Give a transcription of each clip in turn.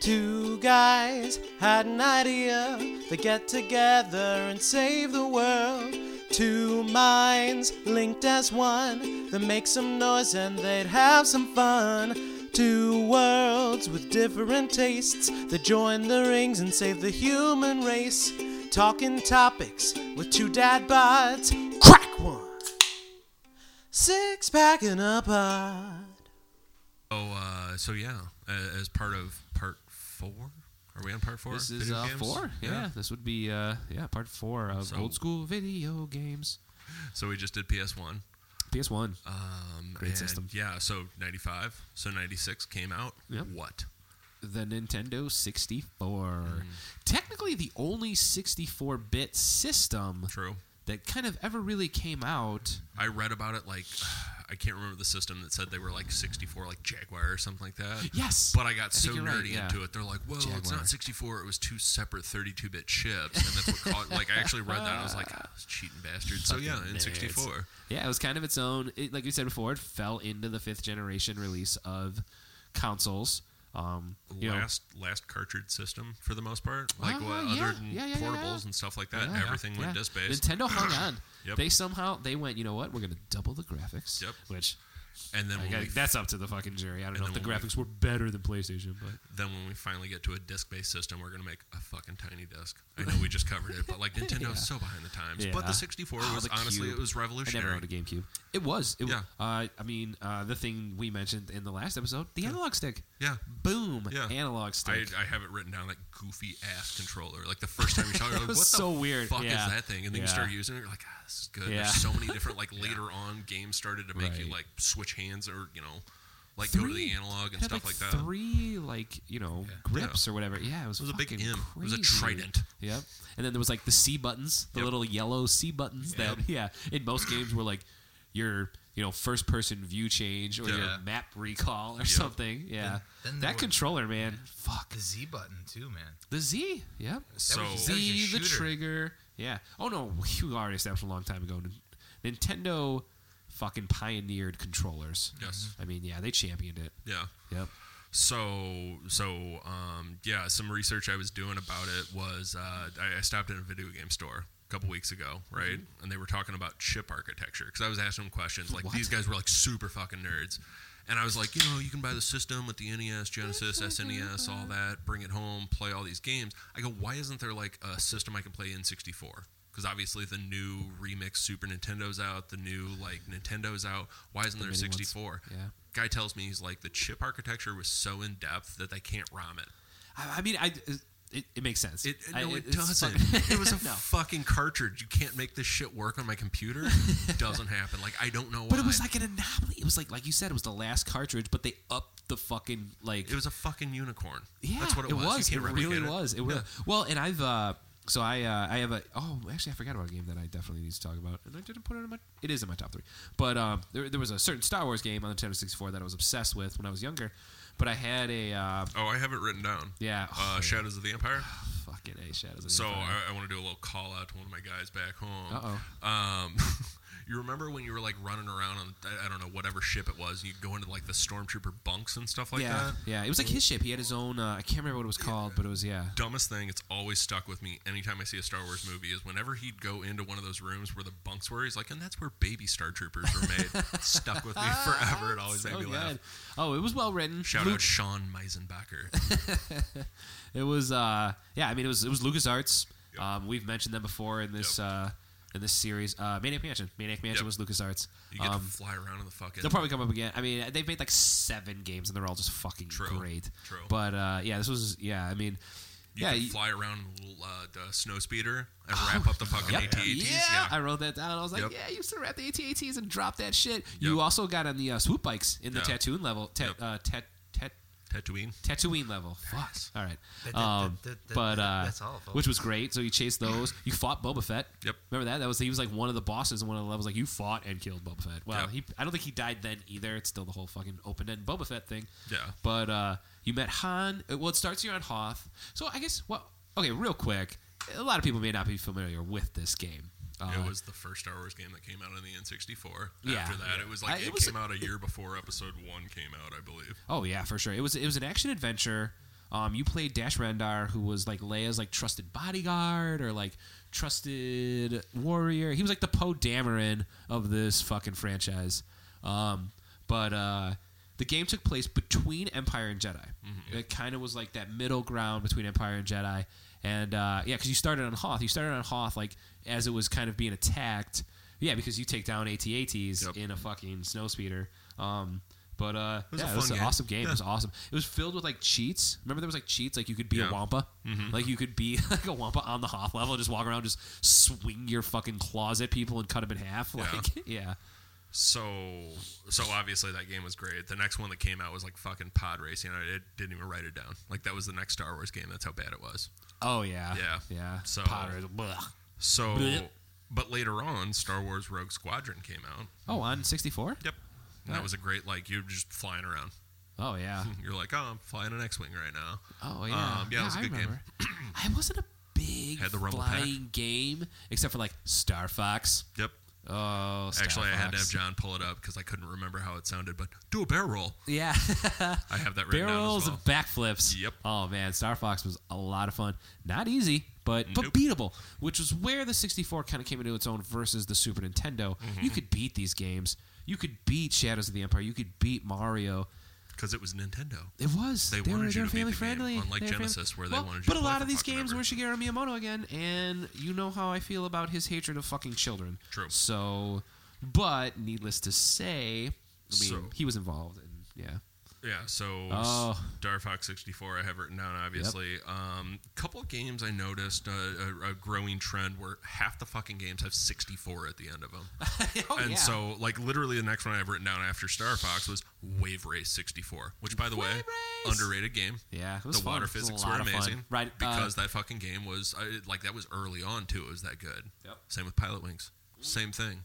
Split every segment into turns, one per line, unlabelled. Two guys had an idea to get together and save the world. Two minds linked as one, they make some noise and they'd have some fun. Two worlds with different tastes, they join the rings and save the human race. Talking topics with two dad bods, crack one, six pack and a pod.
Oh, uh, so yeah, uh, as part of part four, are we on part four?
This is
Video
uh,
games?
four. Yeah, this would be uh, yeah part four of
So-
old school video games.
So we just did PS one.
PS One.
Um,
Great
and
system.
Yeah. So ninety five. So ninety six came out.
Yep.
What?
the Nintendo 64. Mm-hmm. Technically, the only 64 bit system
True.
that kind of ever really came out.
I read about it like I can't remember the system that said they were like 64 like Jaguar or something like that.
Yes.
But I got so
think
nerdy
you're right, yeah.
into it. They're like, "Well, it's
Jaguar.
not 64. It was two separate 32-bit chips." And that's what caught like I actually read that. I was like, oh, "Cheating bastards." So yeah,
Fucking
in
nerds.
64.
Yeah, it was kind of its own. It, like you said before, it fell into the fifth generation release of consoles. Um, you know,
last last cartridge system for the most part. Like
Ah,
what,
yeah,
other than
yeah, yeah, yeah,
portables
yeah.
and stuff like that,
yeah,
everything went
yeah.
disc based.
Nintendo hung on.
Yep.
They somehow they went. You know what? We're gonna double the graphics.
Yep.
Which
and then
I
when
guess
we,
that's up to the fucking jury. I don't know if
then
the
when we-
graphics were better than PlayStation, but
then when we finally get to a disc based system, we're gonna make a fucking tiny disc. I know we just covered it, but like Nintendo's so behind the times. But
Yeah.
the 64
Oh,
was
the
honestly
cube.
it was revolutionary.
I never owned a GameCube. It was. It
Yeah.
Was, uh, I mean, uh, the thing we mentioned in the last episode, the analog stick.
Yeah.
Boom.
Yeah.
Analog
I,
stick.
I have it written down that goofy ass controller. Like the first time you saw it, you're like,
was
what the
so weird.
fuck
Yeah.
is that thing? And then you
Yeah.
start using it, you're like, ah, this is good.
Yeah.
There's so many different like later on games started to make
Right.
you like switch hands or you know, like go to
Three-
the analog
it
and
had,
stuff like, that.
Three like you know
Yeah.
grips or whatever. Yeah, it was,
It was a big
fucking
M. It was a
crazy.
trident.
Yep. And then there was like the C buttons, the
Yep.
little yellow C buttons that yeah, in most games were like your you know first person view change or
Yeah.
your map recall or something. Yeah.
Then- then there
that
was-
controller, man. Fuck.
The Z button too, man.
The Z. Yep.
So
was just-
Z,
your
the
shooter.
trigger. Yeah. Oh no, you already established a long time ago. Nin- Nintendo fucking pioneered controllers.
Yes.
I mean, yeah, they championed it.
yeah.
Yep.
So so um, yeah, some research I was doing about it was uh, I, I stopped at a video game store a couple weeks ago,
Mm-hmm.
right? And they were talking about chip architecture because I was asking them questions. Like
What?
these guys were like super fucking nerds, and I was like, you know, you can buy the system with the NES, Genesis, SNES, all that. Bring it home, play all these games. I go, why isn't there like a system I can play in 64? Because obviously the new remix Super Nintendo's out, the new like Nintendo's out. Why isn't there a
mini ones.
64?
Yeah.
guy tells me he's like the chip architecture was so in depth that they can't ROM it.
I, I mean, I. It, it makes sense.
It,
I-
no, it,
it's
doesn't.
fucking-
It was a
No.
fucking cartridge. You can't make this shit work on my computer. doesn't happen. Like I don't know why.
But it was like an anomaly. It was like, like you said, it was the last cartridge, but they upped the fucking like.
it was a fucking unicorn.
Yeah,
that's what it, was. You
It
can't replicate
really was. It was. Well, and I've uh, so I uh, I have a oh actually I forgot about a game that I definitely need to talk about, and I didn't put it in my. It is in my top three, but um, there, there was a certain Star Wars game on the Nintendo 64 that I was obsessed with when I was younger, but I had a uh,
Oh, I have it written down.
yeah oh,
Uh, Shadows of the Empire.
fucking a Shadows. Of the
So
Empire.
I, I want to do a little call out to one of my guys back home.
Uh-oh.
Um, you remember when you were like running around on I, I don't know whatever ship it was? You go into like the stormtrooper bunks and stuff like
yeah
that.
yeah it was like his ship. He had his own. Uh, I can't remember what it was called, but it was yeah.
dumbest thing it's always stuck with me anytime i see a star wars movie is whenever he'd go into one of those rooms where the bunks were he's like and that's where baby star troopers were made stuck with me forever it always
Ah, So
made me laugh
good. Oh, it was well written.
shout
Luke
out sean meisenbacher
It was uh yeah, I mean it was it was LucasArts. Um we've mentioned them before in this
Yep.
uh in this series. Uh Maniac Mansion. Maniac Mansion
Yep.
was LucasArts.
you get to
Um
fly around in the fucking
they'll probably come up again. I mean, they've made like seven games and they're all just fucking
True.
great.
True.
But uh yeah, this was yeah, I mean
you
yeah,
can
you-
fly around uh, the snow speeder and wrap up the fucking E
Yep.
AT-ATs.
Yeah. I wrote that down. I was like,
Yep.
yeah, you used to wrap the AT-ATs and drop that shit. You
Yep.
also got on the uh, swoop bikes in the
Yeah.
Tatooine level. Ta-
Yep.
uh, tat- tat-
Tatooine.
Tatooine level. Fuck. All right.
That- that-
Um,
that- that-
but
that-
uh,
that's all, folks.
which was great. So you chased those. You fought Boba Fett.
Yep.
Remember that? That was he was like one of the bosses in one of the levels. Like you fought and killed Boba Fett. Well,
Yep.
he I don't think he died then either. It's still the whole fucking open end Boba Fett thing.
Yeah.
But uh, you met Han. uh, Well, it starts here on Hoth. So I guess what? okay, real quick. A lot of people may not be familiar with this game. Uh,
it was the first Star Wars game that came out on the N64.
Yeah.
After that, it was like
I-
it,
it was
came
a-
out a year before Episode One came out, I believe.
Oh yeah, for sure. It was it was an action adventure. Um, you played Dash Rendar, who was like Leia's like trusted bodyguard or like trusted warrior. He was like the Poe Dameron of this fucking franchise. Um, but uh, the game took place between Empire and Jedi.
Mm-hmm.
It kind of was like that middle ground between Empire and Jedi. And uh, yeah, because you started on Hoth. You started on Hoth like as it was kind of being attacked. Yeah, because you take down AT-ATs
Yep.
in a fucking snowspeeder. Um, but uh,
was
yeah,
a
it was
fun
an
game.
awesome game. It
Yeah.
was awesome. It was filled with like cheats. Remember, there was like cheats. Like you could be
Yeah. Mm-hmm.
a Wampa. Like you could be like a Wampa on the Hoth level. Just walk around, just swing your fucking claws at people and cut them in half. Like yeah.
So, so obviously that game was great. The next one that came out was like fucking pod racing. I did- didn't even write it down. Like that was the next Star Wars game. That's how bad it was.
Oh yeah.
Yeah.
Yeah.
So-
Potter. Blech.
So,
Blech.
but later on, Star Wars Rogue Squadron came out.
Oh, on sixty four.
Yep.
Alright.
And that was a great like you're just flying around.
Oh yeah.
You're like, oh, I'm flying an X-wing right now.
Oh yeah,
Um, yeah, it was a
I
good game.
remember. I wasn't a big
Had the Rumble Pack.
flying game, except for like Star Fox.
Yep.
Oh, Star
Actually, I had to have
Fox.
John pull it up because I couldn't remember how it sounded. But do a barrel roll.
Yeah,
I have that written
barrels
down as well.
of backflips.
Yep.
Oh man, Star Fox was a lot of fun. Not easy, but but
Nope.
beatable, which was where the 64 kind of came into its own versus the Super Nintendo.
Mm-hmm.
You could beat these games. You could beat Shadows of the Empire. You could beat Mario.
Because it was Nintendo.
It was.
They
were-
wanted you
were
to beat
family
the game,
friendly.
unlike
They were
Genesis, where they
Well,
wanted you to
But a
play
lot
for
of these
fucking
games
ever.
were Shigeru Miyamoto again, and you know how I feel about his hatred of fucking children.
True.
So, but needless to say, I mean,
So-
he was involved, and yeah.
Yeah, so
Oh.
Star Fox 64, I have written down, obviously. Um, couple of games I noticed uh, a, a growing trend where half the fucking games have 64 at the end of them.
Oh,
and
yeah.
so, like, literally the next one I've written down after Star Fox was Wave Race 64, which, by the way,
Wave Race!
underrated game.
Yeah, it was
the
fun.
water
It was a
physics
lot
were
of fun.
amazing.
Right, uh,
Because that fucking game was, I, like, that was early on, too. It was that good.
Yep.
Same with Pilot Wings. Same thing.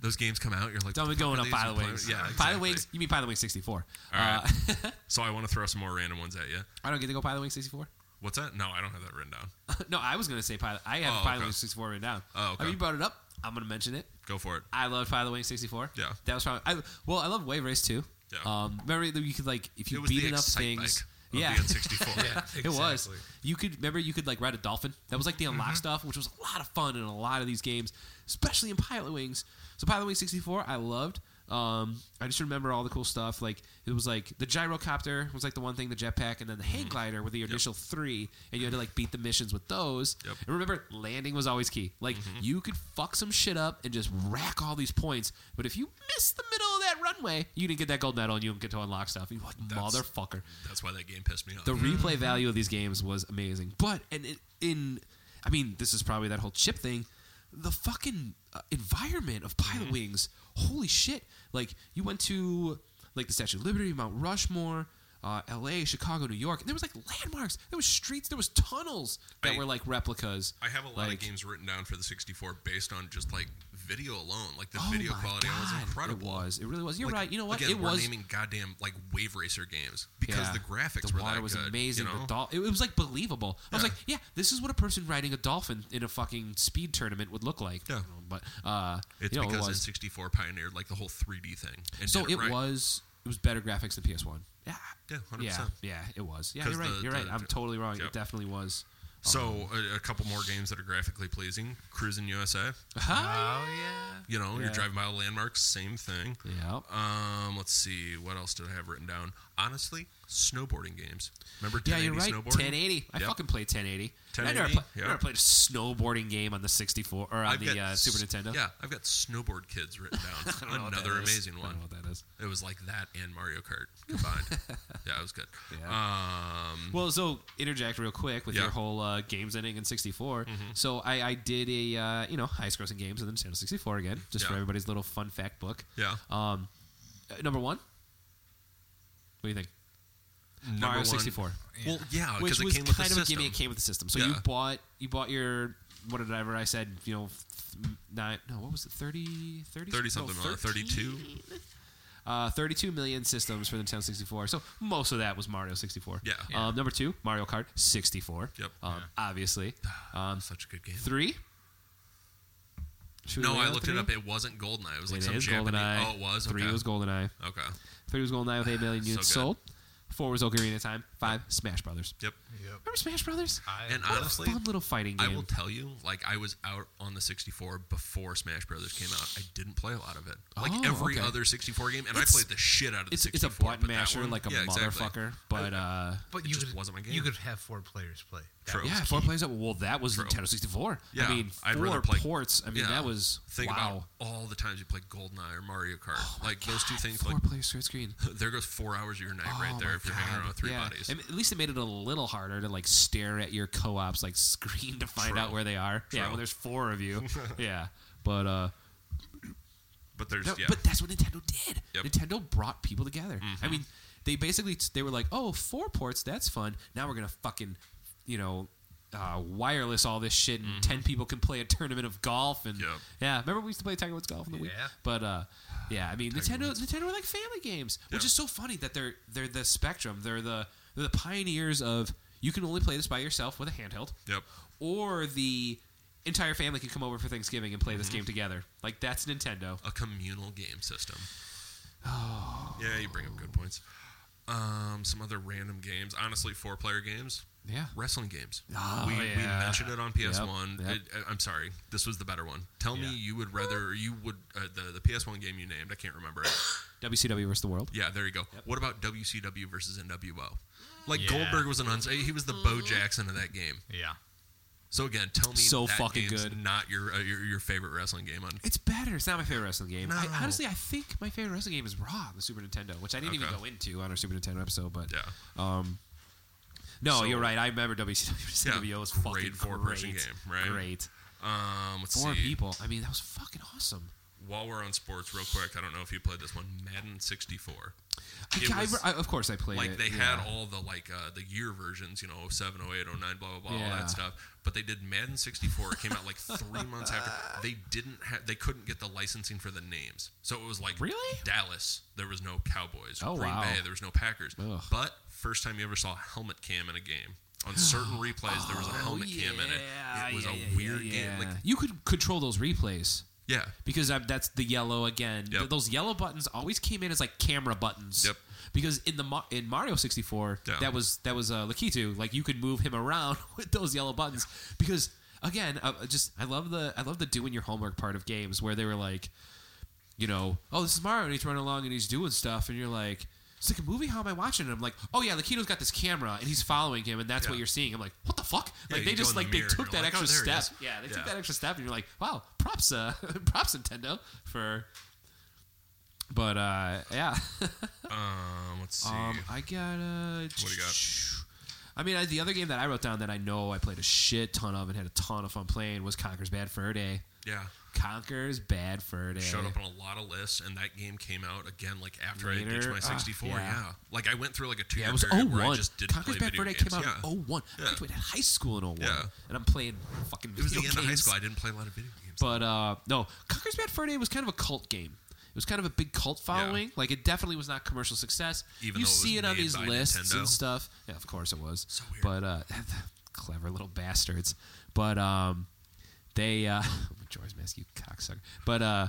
Those games come out, you're like,
Don't be
"What the fuck
going
are
up
these?"
Pilot
And play-
Wings.
Yeah,
Pilot
exactly.
Wings. You mean Pilot Wings 64?
All right.
Uh,
so I want to throw some more random ones at you.
I don't get to go Pilot Wings 64.
What's that? No, I don't have that written down.
no, I was gonna say Pilot. I have
Oh,
Pilot
okay.
Wings 64 written down.
Oh, okay.
I mean, you brought it up. I'm gonna mention it.
Go for it.
I love Pilot Wings 64.
Yeah.
that was probably. I, well, I love Wave Race too.
Yeah.
Um, remember that you could like if
it
you
was
beat
the
enough
Excitebike
things.
Of
yeah.
the N64.
It
yeah,
was. You could remember you could like ride a dolphin. That was like the
Mm-hmm.
unlock stuff, which was a lot of fun in a lot of these games, especially in Pilot Wings. So Pilot Wings 64, I loved. Um, I just remember all the cool stuff. Like it was like the gyrocopter was like the one thing, the jetpack, and then the
Mm-hmm.
hang glider were the initial three, and you had to like beat the missions with those.
Yep. Mm-hmm.
And remember, landing was always key. Like you could fuck some shit up and just rack all these points, but if you missed the middle of that runway, you didn't get that gold medal, and you didn't get to unlock stuff. You like
That's-
motherfucker
That's why that game pissed me off.
the replay value of these games was amazing. But and it, in, I mean, this is probably that whole chip thing. The fucking uh, environment of Pilot
Mm-hmm.
Wings, holy shit! Like you went to like the Statue of Liberty, Mount Rushmore. Uh, L.A., Chicago, New York, and there was like landmarks. There was streets. There was tunnels that
I-
were like replicas.
I have a lot
Like,
of games written down for the 64 based on just like video alone. Like the
oh
video
my
quality was
God,
incredible.
It was. It really was. You're
Like,
right. You know what?
Again,
it
we're
was.
naming goddamn like Wave Racer games because
Yeah.
the graphics
the
were
water
that
was
good,
amazing.
You know?
The dol- it, it was like believable. I was
Yeah.
like, yeah, this is what a person riding a dolphin in a fucking speed tournament would look like.
Yeah.
but uh,
it's
you know,
because
it was.
N64 pioneered like the whole 3D thing. And
so
did it,
it
right.
was it was better graphics than PS One. Yeah,
Yeah, 100%.
yeah, yeah, it was. Yeah,
'Cause
you're right.
the-
you're right.
the-
I'm totally wrong.
yeah.
It definitely was. Uh-huh.
So a, a couple more games that are graphically pleasing. Cruising USA.
Huh?
You know, you're
Yeah.
driving by landmarks, same thing.
yeah.
Um, let's see. What else did I have written down? Honestly, snowboarding games. Remember
Yeah,
1080
you're right.
snowboarding?
1080. I
Yep.
fucking played 1080. I
1080,
never, play,
yeah.
I never played a snowboarding game on the 64 or on
I've
the
got
uh,
s-
Super Nintendo.
Yeah, I've got Snowboard Kids written
I
down.
don't know what
Another
that is.
amazing
I
one.
don't know what that is.
It was like that and Mario Kart combined. yeah, it was good. Um,
Well, so interject real quick with
Yeah. Mm-hmm.
your whole uh, games ending in '64. So I, I did a uh, you know highest grossing games and then Nintendo '64 again, just for
Yeah.
everybody's little fun fact book.
yeah.
Um, uh, number one. What do you think? Mario
Number one-
64.
Well, yeah,
Which
because it
was
came with the
kind of a gimme.
system.
It came with the system. So you
Yeah.
bought you bought your what did I ever I said you know th- nine no what was it 30 30
30 something,
no,
uh, 32.
13? Uh, 32 million systems for the Nintendo 64. So most of that was Mario 64.
Yeah.
Um, number two, Mario Kart 64.
Yep.
Um,
Yeah.
Obviously. Um,
Such a good game.
three. Should we
No,
rate
I
out
looked
three?
it up. It wasn't GoldenEye. It was like
It
some
is
Japanese.
GoldenEye.
Oh, it was.
Three
Okay.
was GoldenEye.
okay.
Three was GoldenEye with 8 million
So
units
good.
sold. Four was Ocarina of Time. Five, Smash Brothers.
Yep.
Remember Smash Brothers?
I,
And
What a
honestly,
fun little fighting
I
game.
will tell you, like I was out on the 64 before Smash Brothers came out. I didn't play a lot of it. Like
Oh,
every
okay.
other 64 game, and
It's-
I played the shit out of the
it's,
64.
it's a button
but that
masher
one-
like a
yeah, exactly.
motherfucker, but uh,
but
it
you
just
could,
wasn't my game.
You could have four players play. That
True.
was
yeah,
key.
four players. Well, that was
True.
Nintendo 64.
Yeah,
I mean,
I'd
four
rather play-
ports. I mean,
yeah.
that was
Think
wow. Oh
about all the times you played GoldenEye or Mario Kart. like those two things,
Four
like
player straight screen.
there goes four hours of your night
Oh
right there
my
if you're hanging
God.
around with three
Yeah.
buddies.
I mean, at least it made it a little harder to like stare at your co-op's like screen to find
True.
out where they are. Yeah,
True.
when there's four of you. yeah, but uh,
But there's
No,
yeah,
But that's what Nintendo did.
Yep. Mm-hmm.
Nintendo brought people together. I mean, they basically they were like, "Oh, four ports, that's fun. Now we're gonna fucking, you know, uh, wireless all this shit, and ten people can play a tournament of golf." And
Mm-hmm. Yep.
yeah, remember we used to play Tiger Woods golf in the week.
Yeah.
But uh, yeah, I mean, Nintendo Nintendo were like family games, which
Yeah.
is so funny that they're they're the spectrum. They're the they're the pioneers of you can only play this by yourself with a handheld
yep.
or the entire family can come over for Thanksgiving and play
Mm-hmm.
this game together. Like that's Nintendo.
a communal game system. Yeah, you bring up good points. Um, some other random games. Honestly, four player games.
Yeah.
Wrestling games.
Oh,
we, we
yeah.
mentioned it on PS1.
Yep, yep.
It- I- I'm sorry. This was the better one. Tell
Yeah.
me you would rather, you would, uh, the, the PS1 game you named, I can't remember it.
WCW versus the world.
Yeah, there you go. What about WCW versus NWO? Like
Yeah.
Goldberg was an uns- he was the Bo Jackson of that game.
Yeah.
So again, tell me
So
that
fucking
game's
good.
Not your, uh, your your favorite wrestling game on
It's better. It's not my favorite wrestling game. I,
No.
honestly, I think my favorite wrestling game is Raw, the Super Nintendo, which I didn't even
Okay.
go into on our Super Nintendo episode. But
yeah
um, no,
So-
you're right. I remember WCW versus
Yeah,
NWO was
great
fucking great
four-person game, right?
Great.
um let's
Four
see.
people. I mean, that was fucking awesome.
while we're on sports, real quick, I don't know if you played this one, Madden 64.
I,
It
I-
was-
I- of course, I played
Like
it.
they
yeah.
had all the like uh, the year versions, you know, 07, 08, 09, blah blah blah, all
Yeah.
that stuff. But they did Madden 64. It came out like three months after. They didn't have, they couldn't get the licensing for the names, so it was like
Really?
Dallas. There was no Cowboys.
Oh,
Green
wow.
Bay. There was no Packers.
Ugh.
But first time you ever saw a helmet cam in a game. On certain replays, there was a helmet cam
Oh,
in
Yeah,
it. It was
yeah,
a
yeah,
weird
yeah,
game. Like,
yeah. you could control those replays.
yeah,
because I, that's the yellow again.
Yep.
Th- those yellow buttons always came in as like camera buttons.
Yep.
Because in the Ma- in Mario 64,
Yeah.
that was that was uh, Lakitu. Like you could move him around with those yellow buttons. Because again, I I just I love the I love the doing your homework part of games where they were like, you know, oh this is Mario and he's running along and he's doing stuff and you're like. It's like a movie. How am I watching? it? I'm like, oh yeah, Lakito's got this camera and he's following him, and that's
Yeah.
what you're seeing. I'm like, what the fuck?
Yeah,
like
you
they
go
just
in the
like
mirror
they
and
took
you're
that
like, oh,
extra
there he
step.
is.
Yeah, they
Yeah.
took that extra step, and you're like, wow, props, uh, props, Nintendo for. But uh, yeah,
um, let's see.
um, I got. Uh,
What do you got?
I mean, I, the other game that I wrote down that I know I played a shit ton of and had a ton of fun playing was Conker's Bad Fur Day.
yeah.
Conker's Bad Fur Day.
showed up on a lot of lists, and that game came out again like after I ditched
Later.
my
Ah,
64.
yeah.
yeah. like I went through like a two
Yeah,
year
it was
period where I
01.
just didn't
Conker's
play
Bad
video
Fur Day
games.
came out
yeah.
in 01. I
Yeah.
graduated high school in 01.
Yeah.
And I'm playing fucking
It was the
video
end of high
games.
school. I didn't play a lot of video games.
But uh, no, Conker's Bad Fur Day was kind of a cult game. It was kind of a big cult following. Like it definitely was not commercial success.
Even
you
though it was
see it on
made
these
by
lists
Nintendo.
and stuff. Yeah, of course it was.
So weird.
But uh, clever little bastards. But um, they uh, George Mask, you cocksucker. But uh,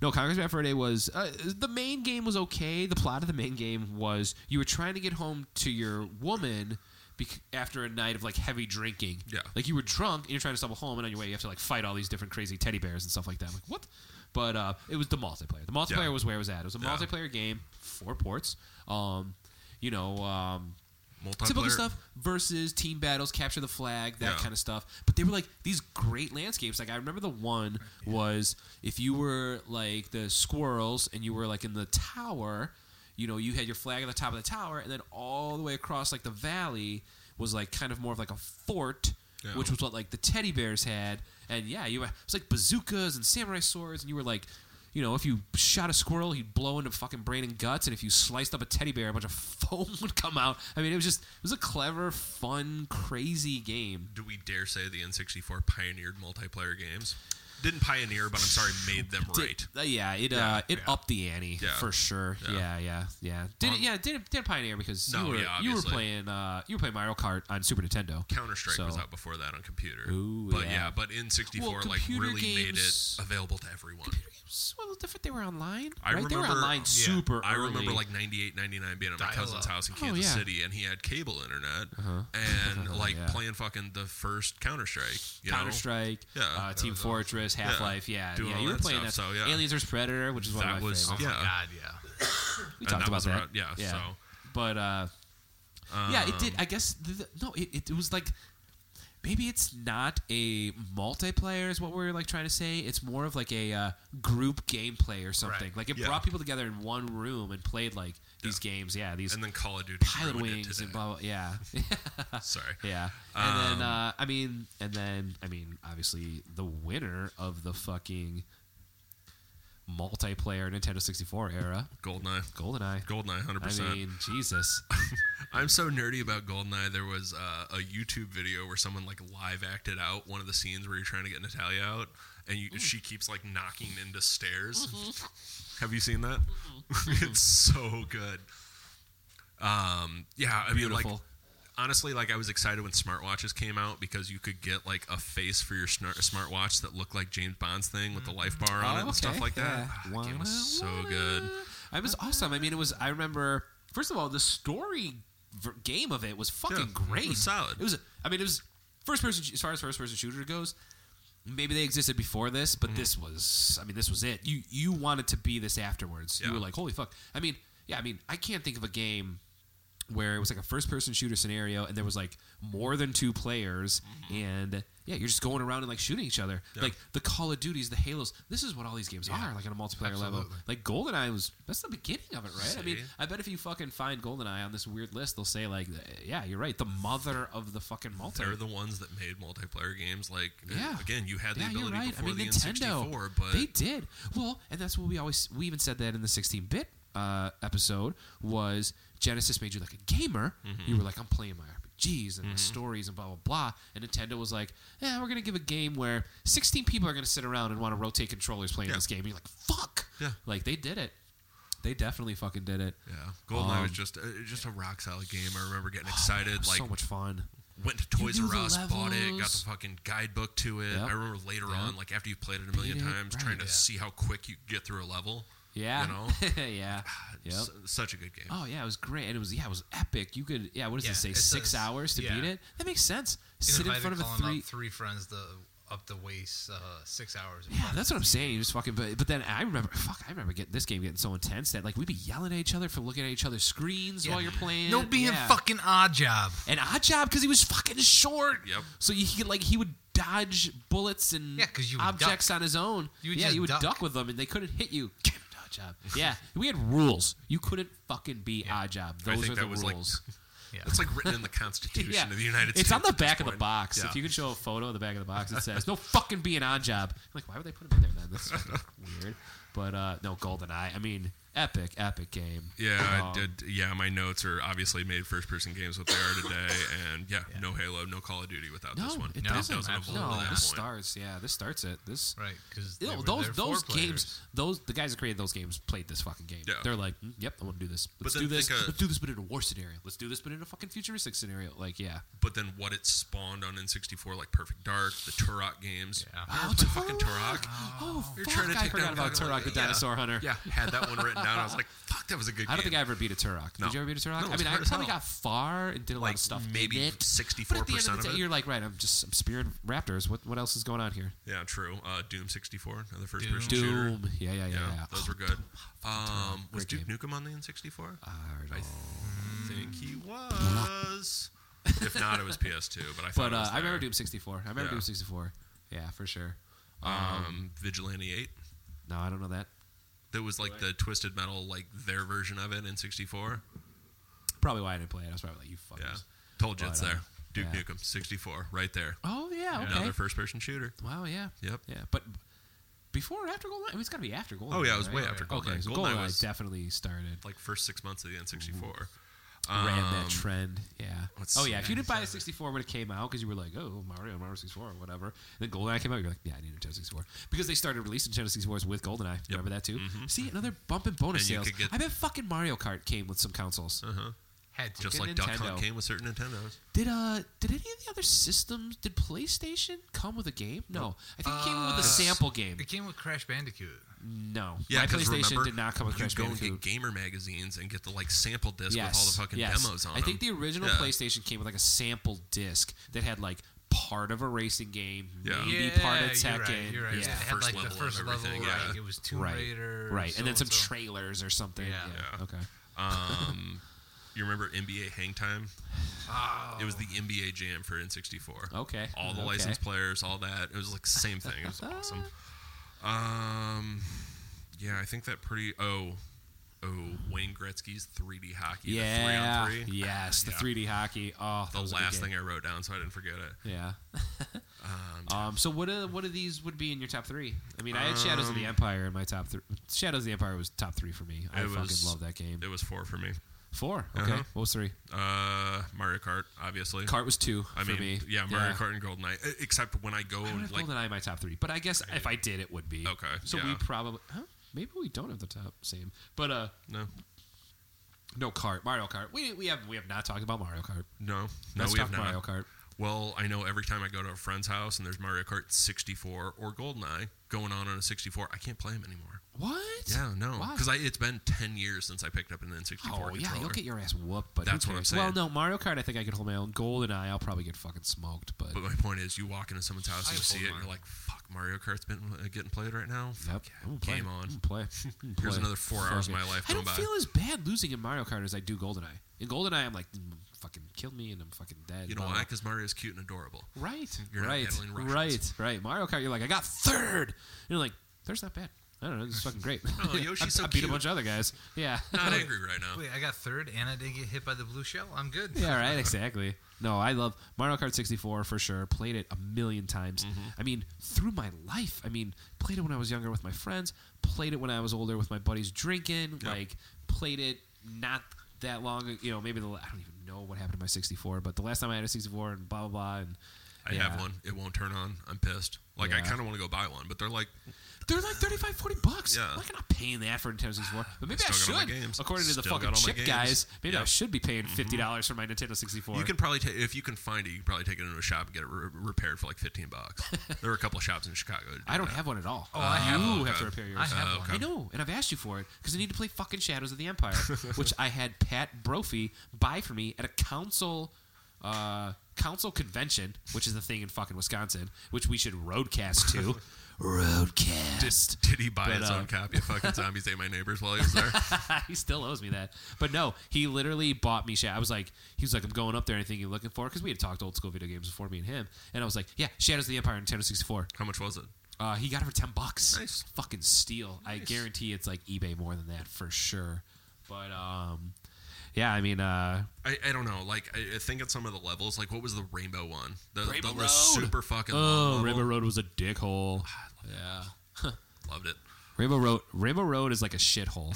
no, Conker's Bad Fur Day was uh, the main game was okay. The plot of the main game was you were trying to get home to your woman. bec- After a night of like heavy drinking,
Yeah.
like you were drunk and you're trying to stumble home, and on your way you have to like fight all these different crazy teddy bears and stuff like that. I'm like what? But uh, it was the multiplayer. The multiplayer
Yeah.
was where it was at. It was a
Yeah.
multiplayer game, four ports. Um, you know, um,
Multiplayer
typical stuff versus team battles, capture the flag, that
Yeah.
kind of stuff. But they were like these great landscapes. Like I remember the one was if you were like the squirrels and you were like in the tower, you know, you had your flag on the top of the tower, and then all the way across like the valley was like kind of more of like a fort,
Yeah.
which was what like the teddy bears had. And yeah, you were, it was like bazookas and samurai swords, and you were like. You know, if you shot a squirrel, he'd blow into fucking brain and guts, and if you sliced up a teddy bear, a bunch of foam would come out. I mean, it was just it was a clever, fun, crazy game.
Do we dare say the N64 pioneered multiplayer games? didn't pioneer, but I'm sorry, made them right.
Uh, yeah, it
Yeah,
uh, it
yeah.
upped the ante
Yeah.
for sure.
Yeah.
Yeah, yeah, yeah. Did it,
Um,
yeah, did it, did it pioneer because
No,
you were
yeah,
you were
obviously.
playing uh, you were playing Mario Kart on Super Nintendo.
Counter Strike was
So-
out before that on computer,
Ooh,
but
yeah.
but in '64,
Well,
like
computer
really made it
games-
available to everyone.
It's a little different. They were online.
I
right? they were
remember-
online
yeah.
super.
I remember
early.
like 98, 99 being at my
Dial
cousin's
up.
house in
Oh,
Kansas
yeah. Uh-huh. Oh,
City, and he had cable internet and like
Yeah.
playing fucking the first Counter Strike. You know?
Counter Strike,
Yeah.
uh, Team
was
Fortress, Half Life. Yeah,
Doing
yeah.
all
You were
that
playing
stuff, so,
that.
yeah.
Aliens vs Predator, which is one
That
of my
was-
Oh
favorites.
Yeah.
my god, yeah.
We
and
talked
that
about
was
that.
around- yeah, so. Um,
But uh, yeah, it did. I guess the, the- no, it, it, it was like maybe it's not a multiplayer is what we're like trying to say. It's more of like a uh, group gameplay or something.
Right.
Like it
Yeah.
brought people together in one room and played like these games. Yeah, these
And then Call of Duty
pilot
ruined it
wings
today.
and blah blah. Yeah,
Sorry.
yeah. And then uh, I mean, and then I mean, obviously the winner of the fucking multiplayer Nintendo 64 era,
Goldeneye.
GoldenEye.
Goldeneye, 100%.
I mean, Jesus.
I'm so nerdy about Goldeneye. There was uh, a YouTube video where someone like live acted out one of the scenes where you're trying to get Natalia out, and you, she keeps like knocking into stairs. Have you seen that? it's so good. Um, yeah, I mean, like
Beautiful.
honestly, like I was excited when smartwatches came out because you could get like a face for your snar- smartwatch that looked like James Bond's thing with the life bar on it and stuff like that. Ah, that game was so good.
It was awesome. I mean, it was. I remember. First of all, the story v- game of it was fucking
Yeah, it
great.
was solid.
It was. I mean, it was first person as far as first person shooter goes. Maybe they existed before this,
Mm-hmm.
but this was. I mean, this was it. You you wanted to be this afterwards.
Yeah.
You were like, holy fuck. I mean, yeah. I mean, I can't think of a game where it was like a first person shooter scenario and there was like more than two players
Mm-hmm.
and yeah you're just going around and like shooting each other like the call of duties the halos this is what all these games are like on a multiplayer level
absolutely.
like goldeneye was that's the beginning of it right i mean
See?
i bet if you fucking find goldeneye on this weird list they'll say like yeah you're right the mother of the fucking
They're
multiplayer
the ones that made multiplayer games. Like, uh,
Yeah.
again, you had the
yeah, you're
ability
right. I
before
mean,
the
Nintendo,
N64, but
they did well, and that's what we always we even said that in the 16-bit uh, episode was Genesis made you like a gamer.
Mm-hmm.
You were like, I'm playing my RPGs and my stories and blah blah blah. And Nintendo was like, Yeah, we're gonna give a game where 16 people are gonna sit around and want to rotate controllers playing
Yeah.
this game. And you're like, Fuck,
Yeah.
like they did it. They definitely fucking did it.
yeah, Goldeneye
Um,
was
oh,
just uh, just a rock solid game. I remember getting excited, like
so much fun.
went to Toys
knew
R
the
Us, bought it, got
levels.
the fucking guidebook to it.
Yep.
I remember later on, like after you played it a million
it,
times, trying
right.
to
Yeah.
see how quick you could get through a level.
Yeah,
you know,
yeah, yep.
S- such a good game.
Oh yeah, it was great, and it was yeah, it was epic. You could yeah, what does
Yeah,
it say?
it
Six
says-
hours to
yeah.
beat it. That makes sense.
You
Sit in
invited
front of a
calling
three.
up three friends the up the waist uh, six hours. in
Yeah,
front.
that's what I'm saying. You just fucking. But, but then I remember, fuck, I remember getting this game getting so intense that like we'd be yelling at each other for looking at each other's screens
Yeah.
while you're playing.
No being
Yeah.
fucking odd job.
And odd job because he was fucking short.
Yep.
So he could, like he would dodge bullets and
Yeah, 'cause you would
objects on his own.
You would
yeah,
just
you would duck.
duck.
with them and they couldn't hit you. Give him Odd job. Yeah, we had rules. You couldn't fucking be odd job.
I
Those
think
are
that
the
was
rules.
like
Yeah.
that's like written in the Constitution of the United
it's
States.
on the
at this
back of the
point.
box.
Yeah.
If you can show a photo of the back of the box that says "No fucking be an odd job," I'm like, why would they put him in there then? That's fucking weird. But uh, no, Golden Eye. I mean, epic, epic game.
Yeah,
Um,
I did. Yeah, my notes are obviously made first person games what they are today, and yeah, no Halo, no Call of Duty without
No,
this one.
it
No,
doesn't.
doesn't evolve
no,
to that
this
point.
starts. Yeah, this starts it. This
Right, because
Ew, those those games. Those the guys that created those games played this fucking game.
Yeah.
They're like, "Mm, yep, I want to do this. Let's
then
do this.
think of-
Let's do this, but in a war scenario. Let's do this, but in a fucking futuristic scenario. Like, yeah.
But then what it spawned on N64, like Perfect Dark, the Turok games.
Yeah.
You ever play fucking Turok?
Oh,
You're
fuck,
trying to
I
take
forgot
down
about
fucking-
Turok the
yeah.
Dinosaur Hunter.
Yeah, had that one written down. I was like, fuck, that was a good game.
I don't think I ever beat a Turok.
No.
Did you ever beat a
No,
Turok?
it
I
was
mean, I
hard as
probably
hell.
got far and did a lot
Like,
of stuff.
maybe
in it.
64%
But at the end of
of
the
it.
day, you're like, right? I'm just I'm spearing raptors. What what else is going on here?
Yeah, true. Uh, Doom 64, another first
Doom.
person shooter.
Doom. Yeah, yeah, yeah,
Yeah,
yeah.
those were good. Um, was Duke
Great
Nukem on the N64?
Hard.
I think he was. if not, it was PS2. But I thought
But
it
uh,
was
I remember
there.
Doom 64. I remember
Yeah.
Doom 64. Yeah, for sure.
Um, Vigilante 8.
No, I don't know that.
That was like the Twisted Metal, like their version of it in 64.
Probably why I didn't play it. I was probably like, you fuckers.
Yeah. Told you
But,
it's
uh,
there. Duke
yeah.
Nukem 64, right there.
Oh yeah. Okay.
Another first person shooter.
Wow. Yeah.
Yep.
Yeah. But before or after Goldeneye? I mean, it's got to be after Goldeneye.
Oh, yeah, it was
right?
way after
Okay,
Goldeneye.
so
Goldeneye
Goldeneye
was-
definitely started.
like first six months of the N64.
ran that
Um,
trend. Yeah.
let's
Oh
see,
yeah. If you didn't buy a 64 when it came out because you were like, oh Mario, Mario 64, or whatever. And then GoldenEye came out, you're like, yeah, I need a Nintendo 64 because they started releasing Nintendo 64s with GoldenEye. Remember that too? See another bump in bonus
Mm-hmm. And you
sales.
could get- Uh.
I bet fucking Mario Kart came with some consoles.
Had to.
uh-huh. Just
Fucking
like Duck Hunt
Nintendo.
came with certain Nintendos.
Did uh did any of the other systems did PlayStation come with a game? No, I think it came with
Uh,
a sample game.
It came with Crash Bandicoot.
No,
Yeah,
my
'cause
PlayStation
remember,
did not come with
you
Crash
go and
Bandicoot.
get gamer magazines and get the like sample disc
yes,
with all the fucking
yes.
demos on
I think
them.
the original
Yeah.
PlayStation came with like a sample disc that had like part of a racing game,
Yeah.
maybe part of
you're
Tekken,
right, you're right.
Yeah.
It
Yeah.
had
First
like the
level of
first level,
everything,
right?
yeah.
It was Tomb
right,
Raider,
right, and then some
so-and-so.
trailers or something.
Yeah.
Yeah.
okay.
Um, you remember NBA Hang Time?
Oh,
It was the NBA Jam for N64.
Okay.
All the
Okay.
licensed players, all that. It was like the same thing. It was awesome. Um, yeah, I think that pretty. Oh, oh, Wayne Gretzky's 3D hockey.
Yeah.
The three on three.
Yes, the
Yeah.
3D hockey. Oh, that
The
was a good
last
game.
thing I wrote down, so I didn't forget it.
Yeah. Um, so what are, what of these would be in your top three? I mean, I had Shadows of the Empire in my top three. Shadows of the Empire was top three for me. I
Um, It
fucking
was-
love that game.
It was four for me.
Four. Okay.
Uh-huh.
What was three?
Uh, Mario Kart, obviously.
Kart was two
I
for
mean,
me.
yeah, Mario Kart and Goldeneye. E- Except when I go
I would
and
have
like
GoldenEye in my top three, but I guess if I did, it would be
Okay,
So we
yeah.
probably huh? maybe we don't have the top same, but uh,
no,
no Kart, Mario Kart. We we have we have not talked about Mario Kart.
no, no,
Let's
we
talk
have not.
Mario Kart.
Well, I know every time I go to a friend's house and there's Mario Kart 64 or Goldeneye going on on a 64, I can't play them anymore.
What?
Yeah, no,
Why?
because it's been 10 years since I picked up an N64
Oh
controller.
yeah, you'll get your ass whooped. But who
That's what I'm
cares?
saying.
Well, no, Mario Kart. I think I could hold my own. Goldeneye, I'll probably get fucking smoked. But,
but my point is, you walk into someone's house
I
and you
hold
see it, and
mine.
you're like, "Fuck, Mario Kart's been uh, getting played right now."
Yep.
Fuck yeah,
I'm gonna play.
game
I'm
on.
gonna play. I'm gonna
Here's
play.
another four hours of
Fuck it.
my life
I
gone
don't
by.
feel as bad losing in Mario Kart as I do GoldenEye. In GoldenEye, I'm like, "Mm, fucking kill me, and I'm fucking dead.
You know
blah,
why?
blah,
Because Mario's cute and adorable.
blah." Right.
You're not
right.
battling Russians.
Right. Right. Mario Kart, you're like, I got third. And you're like, third's not bad. I don't know. This is fucking great.
Oh, Yoshi's
I,
so
I beat
cute.
a bunch of other guys. Yeah.
Not angry right now.
Oh, Wait, I got third, and I didn't get hit by the blue shell. I'm good.
Yeah, right, exactly. No, I love Mario Kart 64 for sure. Played it a million times.
Mm-hmm.
I mean, through my life. I mean, played it when I was younger with my friends, played it when I was older with my buddies drinking, like played it not that long, you know, maybe the la- I don't even know what happened to my 64, but the last time I had a 64 and blah blah blah and
I
yeah.
have one. It won't turn on. I'm pissed. Like I
Yeah.
kind of want to go buy one, but they're like,
They're like 35, 40 bucks.
Yeah.
Like, I'm not paying that for Nintendo 64. But maybe I,
still got all
should.
my games.
According to the
Still
fucking
got all my
chip
games.
guys, maybe I
Yep.
should be paying $50 dollars for my Nintendo 64.
You can probably ta- if you can find it, you can probably take it into a shop and get it re- repaired for like fifteen bucks. there were a couple of shops in Chicago. that did
I don't
that.
have one at all. Oh,
I have
You
one.
have to
Okay.
repair yours.
I have
Oh,
one.
okay.
I know, and I've asked you for it because I need to play fucking Shadows of the Empire, which I had Pat Brophy buy for me at a council uh, council convention, which is the thing in fucking Wisconsin, which we should roadcast to. roadcast.
Did he buy
But,
his
uh,
own copy of fucking Zombies Ate My Neighbors while he was there?
he still owes me that. But no, he literally bought me Shadows. I was like, he was like, I'm going up there. Anything you're looking for? Because we had talked old school video games before me and him. And I was like, yeah, Shadows of the Empire, Nintendo 64.
How much was it?
Uh, he got it for ten bucks.
Nice.
Fucking steal. I
Nice.
guarantee it's like eBay more than that for sure. But um, yeah, I mean, uh,
I, I don't know. Like I, I think at some of the levels, like what was the Rainbow one? The,
Rainbow
the,
Road!
super fucking
oh,
long level.
Rainbow Road was a dickhole. Yeah,
Loved it.
Rainbow Road. Rainbow Road is like a shithole,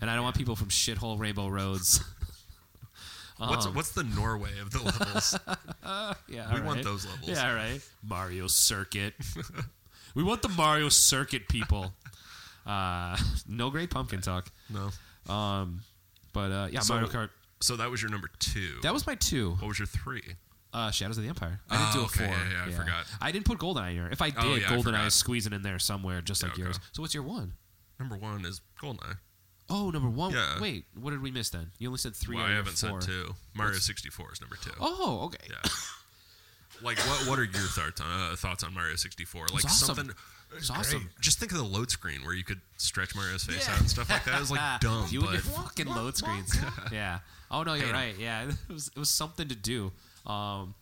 and I don't want people from shithole Rainbow Roads.
What's
Uh-huh.
what's the Norway of the levels?
Yeah,
We
all
want
right.
those levels.
Yeah, all right. Mario Circuit. we want the Mario Circuit people. Uh, no great pumpkin talk.
no.
Um, but uh, yeah,
So-
Mario Kart.
So that was your number two.
That was my two.
what was your three?
Uh, Shadows of the Empire. I didn't
Oh,
do a four.
okay, yeah, yeah, I forgot.
I didn't put Goldeneye in here. If I did,
Oh, yeah, I
Goldeneye
forgot.
is squeezing in there somewhere, just
Yeah,
like
okay.
yours. So what's your one?
Number one is Goldeneye.
Oh, number one.
Yeah.
Wait, what did we miss then? You only said three.
Well,
out
I
of your
haven't
four.
said two. Mario sixty four is number two.
Oh, okay.
Yeah. like what what are your thoughts on uh, thoughts on Mario sixty four? Like
awesome.
something.
It's awesome.
Just think of the load screen where you could stretch Mario's face
Yeah.
out and stuff like that. It was
Ah,
like dumb.
You
but
and your fucking load screens. yeah. Oh no, you're
Hate 'em.
right. Yeah, it was it was something to do. Um,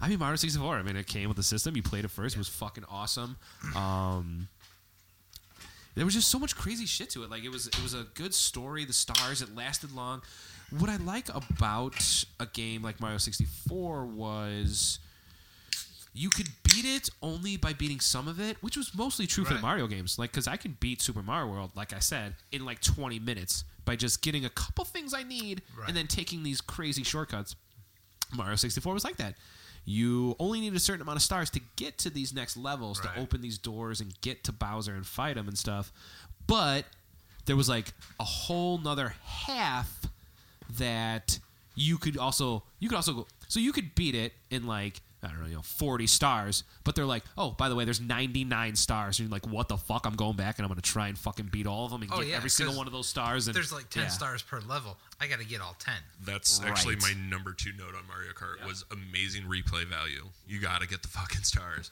I mean Mario 64. I mean, it came with the system. You played it first. It was fucking awesome. Um, there was just so much crazy shit to it. Like it was it was a good story. The stars. It lasted long. What I like about a game like Mario 64 was you could beat it only by beating some of it, which was mostly true for the
Right.
Mario games. Like, because I can beat Super Mario World, like I said, in like 20 minutes by just getting a couple things I need
Right.
and then taking these crazy shortcuts. Mario 64 was like that. You only need a certain amount of stars to get to these next levels
Right.
to open these doors and get to Bowser and fight him and stuff. But there was like a whole nother half that you could also you could also go so you could beat it in like I don't know, you know, 40 stars, but they're like, oh, by the way, there's 99 stars. And you're like, what the fuck? I'm going back and I'm going to try and fucking beat all of them and
Oh,
get
yeah,
every single
'cause
one of those stars. And
There's like ten
Yeah.
stars per level. I got to get all ten.
That's actually my
Right.
number two note on Mario Kart was amazing replay value. You got to get the fucking stars.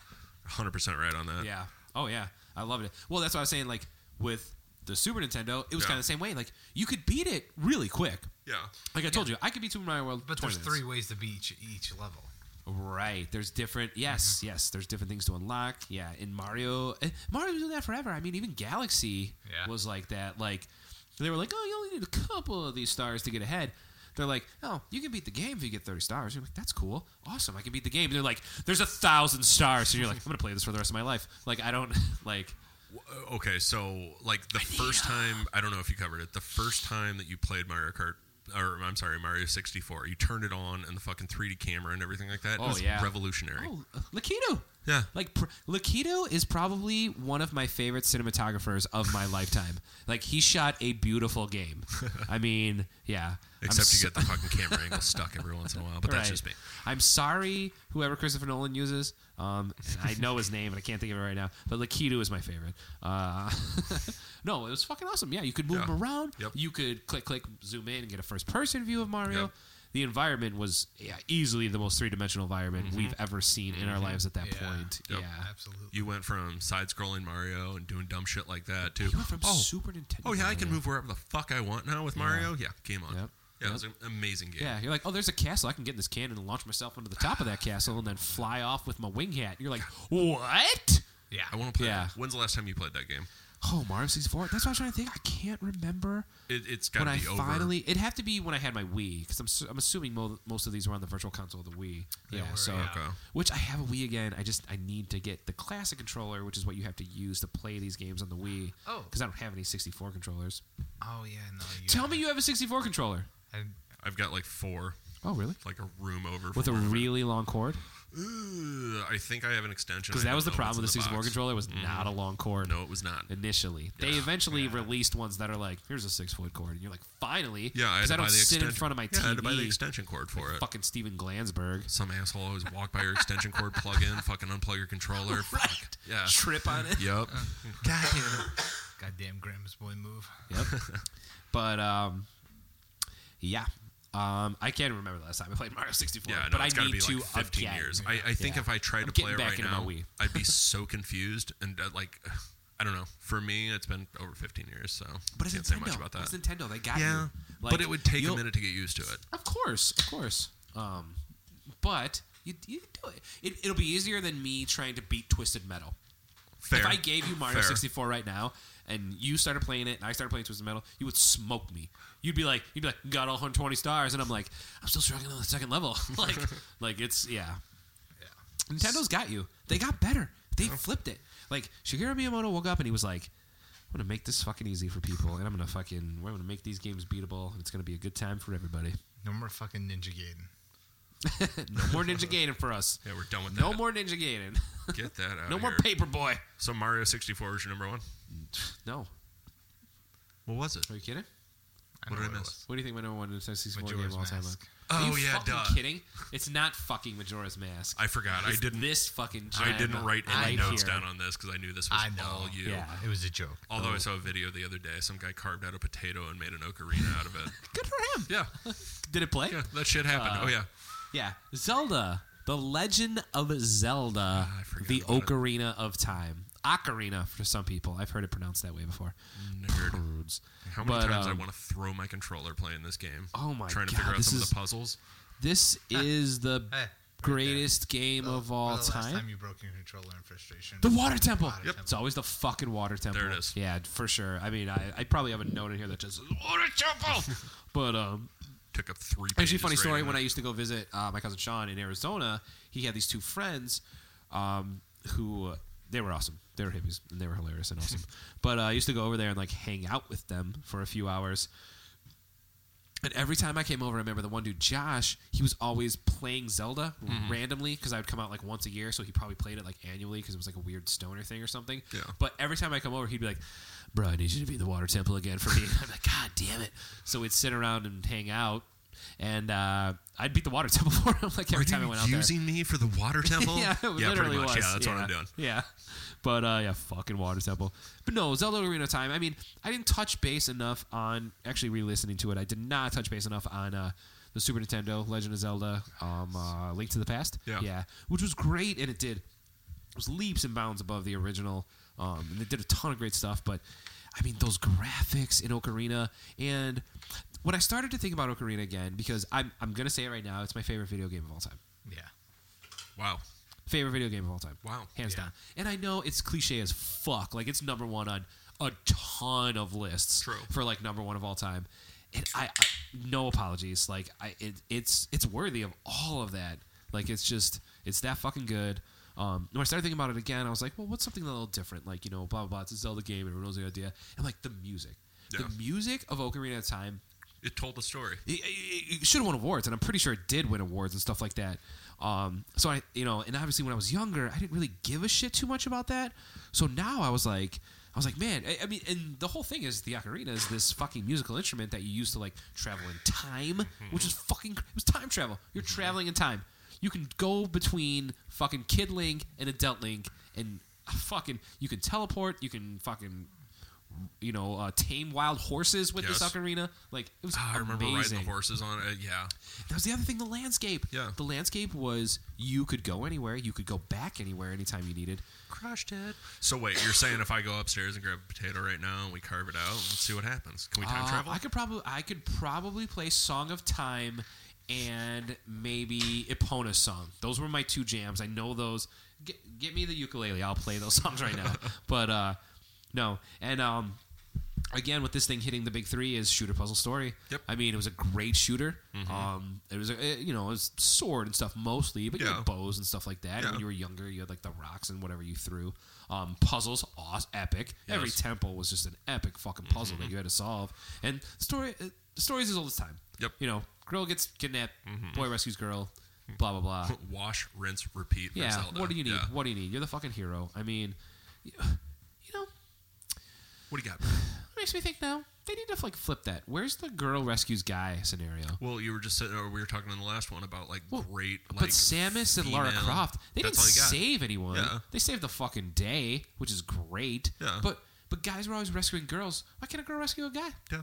100% right on that.
Yeah. Oh yeah, I loved it. Well, that's what I was saying. Like with the Super Nintendo, it was
Yeah.
kind of the same way. Like you could beat it really quick.
Yeah.
Like I told you, I could beat Super Mario World.
But
20
there's
minutes.
three ways to beat each, each level.
Right. There's different.
Mm-hmm.
Yes. Yes. There's different things to unlock. Yeah. In Mario, eh, Mario was doing that forever. I mean, even Galaxy
Yeah.
was like that. Like they were like, oh, you only need a couple of these stars to get ahead. They're like, oh, you can beat the game if you get 30 stars. You're like, that's cool. Awesome. I can beat the game. They're like, there's a thousand stars. And you're like, I'm going to play this for the rest of my life. Like, I don't, like,
W- Okay, so like the first time, I don't know if you covered it, the first time that you played Mario Kart, or I'm sorry, Mario 64, you turned it on and the fucking 3D camera and everything like that. it
Oh,
was
yeah.
revolutionary.
Oh, Lakitu.
Yeah.
Like pr- Lakitu is probably one of my favorite cinematographers of my lifetime. Like he shot a beautiful game. I mean, yeah. I'm
Except you
so-
get the fucking camera angle stuck every once in a while, but that's
right.
just me.
I'm sorry, whoever Christopher Nolan uses. Um, and I know his name, but I can't think of it right now. But Lakitu is my favorite. Uh, no, it was fucking awesome. Yeah, you could move
Yeah.
him around.
Yep.
You could click, click, zoom in, and get a first-person view of Mario.
Yep.
The environment was yeah, easily the most three-dimensional environment we've ever seen in our lives at that
Yeah.
point.
Mm-hmm. Yep.
Yeah.
Absolutely.
You went from side scrolling Mario and doing dumb shit like that to.
You went from
oh,
Super Nintendo.
oh, yeah, I can
Mario.
move wherever the fuck I want now with Mario. Yeah, game on.
Yep.
Yeah,
Yep.
it was an amazing game.
Yeah, you're like, oh, there's a castle. I can get in this cannon and launch myself into the top of that castle and then fly off with my wing hat. You're like, what?
Yeah.
I want to play.
Yeah.
that. When's the last time you played that game?
Oh, Mario 64. That's what I was trying to think. I can't remember
It, it's got
when
to
I
be over.
finally. It'd have to be when I had my Wii because I'm, su- I'm assuming mo- most of these were on the Virtual Console of the Wii. yeah,
were,
so
yeah.
Okay.
which I have a Wii again. I just I need to get the classic controller, which is what you have to use to play these games on the Wii.
Oh.
because I don't have any 64 controllers.
Oh yeah. No. You
Tell me you have a 64 controller.
I,
I've got like four,
Oh, really?
like a room over.
With a
from where I'm at.
really long cord.
Ugh, I think I have an extension.
Because
I
that
don't
was the
know
problem with
what's
the
in
64
box.
controller was not a long cord.
No, it was not.
Initially, they
Yeah.
eventually released ones that are like, here's a six foot cord, and you're like, finally,
Yeah, I had
because
to
I don't
buy the
sit
extension.
in front of my
yeah,
TV.
I had to buy the extension cord for it.
Fucking Steven Glansberg.
Some asshole always walk by your extension cord, plug in, fucking unplug your controller. Fuck. Yeah.
Trip on it.
Yep.
goddamn. goddamn Grimm's boy move.
Yep. But um, yeah, um, I can't remember the last time I played Mario 64.
Yeah, no,
but
it's
I
gotta
need
be
to
like 15
again.
years. I, I think
Yeah.
if I tried
I'm
to play
getting
it
back
right
into my
now,
Wii.
I'd be so confused and uh, like, I don't know. For me, it's been over 15 years, so
But it's
can't
Nintendo.
say much about that.
It's Nintendo. They got
yeah,
you.
but it would take a
you'll-
minute to get used to it.
Of course, of course. Um, but you, you can do it. it. It'll be easier than me trying to beat Twisted Metal.
Fair.
If I gave you Mario
Fair.
64 right now and you started playing it and I started playing Twisted Metal, you would smoke me. You'd be like, you'd be like, got all 120 stars, and I'm like, I'm still struggling on the second level. like, like it's yeah. Nintendo's got you. They got better. They flipped it. Like Shigeru Miyamoto woke up and he was like, "I'm gonna make this fucking easy for people, and I'm gonna fucking, we're gonna make these games beatable, and it's gonna be a good time for everybody.
No more fucking Ninja Gaiden.
no more Ninja Gaiden for us.
Yeah, we're done with that.
No more Ninja Gaiden.
Get that out.
no
of
more
here.
Paperboy.
So Mario 64 was your number one.
No,
What was it?
are you kidding?
I
What
know
did I
it
miss?
was.
What do you think my number one Nintendo 64 game
Majora's
of all time? was?
Mask.
Are
Oh
you
yeah,
fucking
duh.
kidding? It's not fucking Majora's Mask.
I forgot. I
It's
didn't.
This fucking.
I
Giant
didn't write any
right
notes
here.
down on this because I knew this was
I know.
all you.
Yeah. Oh.
It was a joke.
Although I saw a video the other day, some guy carved out a potato and made an ocarina out of it.
Good for him.
Yeah,
Did it play?
yeah, that shit happened.
Uh,
oh yeah,
Yeah, Zelda, The Legend of Zelda,
Ah, I forgot
The
about it.
Ocarina of Time, Ocarina for some people. I've heard it pronounced that way before.
nerd.
Prudes.
How many
But,
times I
um,
want to throw my controller playing this game?
Oh my
Trying to
God,
figure out
this
some of
is-
the puzzles.
This
Ah.
is the
Hey, Eh, right
greatest game
Oh,
of all
the last
time.
you broke your controller in frustration.
The water temple.
Water Yep. temple.
It's always the fucking water temple.
There it is.
Yeah, for sure. I mean, I, I probably have a note in here that says water temple. but um,
Took up three. Pages
Actually, funny story. When I used to go visit uh, my cousin Sean in Arizona, he had these two friends um, who uh, they were awesome. They were hippies and they were hilarious and awesome. but uh, I used to go over there and like hang out with them for a few hours. And every time I came over, I remember the one dude, Josh, he was always playing Zelda
Mm-hmm.
randomly because I would come out like once a year. So he probably played it like annually because it was like a weird stoner thing or something.
Yeah.
But every time I come over, he'd be like, Bro, I need you to be the water temple again for me. And I'm like, God damn it. So we'd sit around and hang out. And uh, I'd beat the water temple for him like every
Are
time I
you
went out there.
using me for the water temple?
yeah, it
pretty
literally was.
much. Yeah, that's
yeah.
what I'm doing.
Yeah, but uh, yeah, fucking Water Temple. But no, Zelda Arena Time. I mean, I didn't touch base enough on actually re-listening to it. I did not touch base enough on uh, the Super Nintendo Legend of Zelda, um, uh, Link to the Past.
Yeah.
yeah, which was great, and it did it was leaps and bounds above the original. Um, and they did a ton of great stuff, but I mean, those graphics in Ocarina and when I started to think about Ocarina again, because I'm, I'm gonna say it right now, it's my favorite video game of all time
Yeah.
Wow.
favorite video game of all time.
Wow.
hands
Yeah.
down. And I know it's cliche as fuck. Like it's number one on a ton of lists
True.
for like number one of all time. And I, I no apologies. Like I, it, it's it's worthy of all of that. Like it's just it's that fucking good. Um, when I started thinking about it again, I was like, well, what's something a little different? Like you know, blah blah blah. It's a Zelda game. Everyone knows the idea. And like the music,
Yeah.
the music of Ocarina of Time
It told the story.
it, should have won awards, and I'm pretty sure it did win awards and stuff like that. Um, so I, you know, and obviously when I was younger, I didn't really give a shit too much about that. So now I was like, I was like, man, I, I mean, and the whole thing is the ocarina is this fucking musical instrument that you use to like travel in time, which is fucking, it was time travel. You're traveling in time. You can go between fucking Kid Link and Adult Link, and fucking, you can teleport. You can fucking. You know, uh, tame wild horses with this
Yes.
ocarina. Like it was
Ah, I remember riding
amazing.
the horses on it. Yeah.
That was the other thing. The landscape.
Yeah.
The landscape was you could go anywhere. You could go back anywhere anytime you needed.
Crushed it. So wait, you're saying if I go upstairs and grab a potato right now and we carve it out, let's see what happens. Can we time
Uh,
travel?
I could probably I could probably play Song of Time and maybe Epona's song. Those were my two jams. I know those. Get, get me the ukulele. I'll play those songs right now. but uh, no, and um, again with this thing hitting the big three is shooter puzzle story.
Yep. Mm-hmm.
I mean, it was a great shooter. Um, it was a, it- you know it was sword and stuff mostly, but you
Yeah.
had bows and stuff like that. And
Yeah.
when you were younger, you had like the rocks and whatever you threw. Um, puzzles, awesome, epic. Every
Yes.
temple was just an epic fucking
Mm-hmm,
puzzle that you had to solve. And the story, uh, the story's as old as time.
Yep. Mm-hmm.
You know, girl gets kidnapped, boy rescues girl, blah blah blah.
Wash, rinse, repeat. for
yeah.
Zelda.
What do you need?
Yeah.
What do you need? You're the fucking hero. I mean, you know,
What do you got?
it makes me think now they need to like flip that. Where's the girl rescues guy scenario?
Well, you were just sitting, or we were talking in the last one about like
Well,
great, like
but Samus and Lara
female-
Croft, they
That's
didn't
all you got.
save anyone.
Yeah.
They saved the fucking day, which is great.
Yeah.
But but guys were always rescuing girls. Why can't a girl rescue a guy?
Yeah.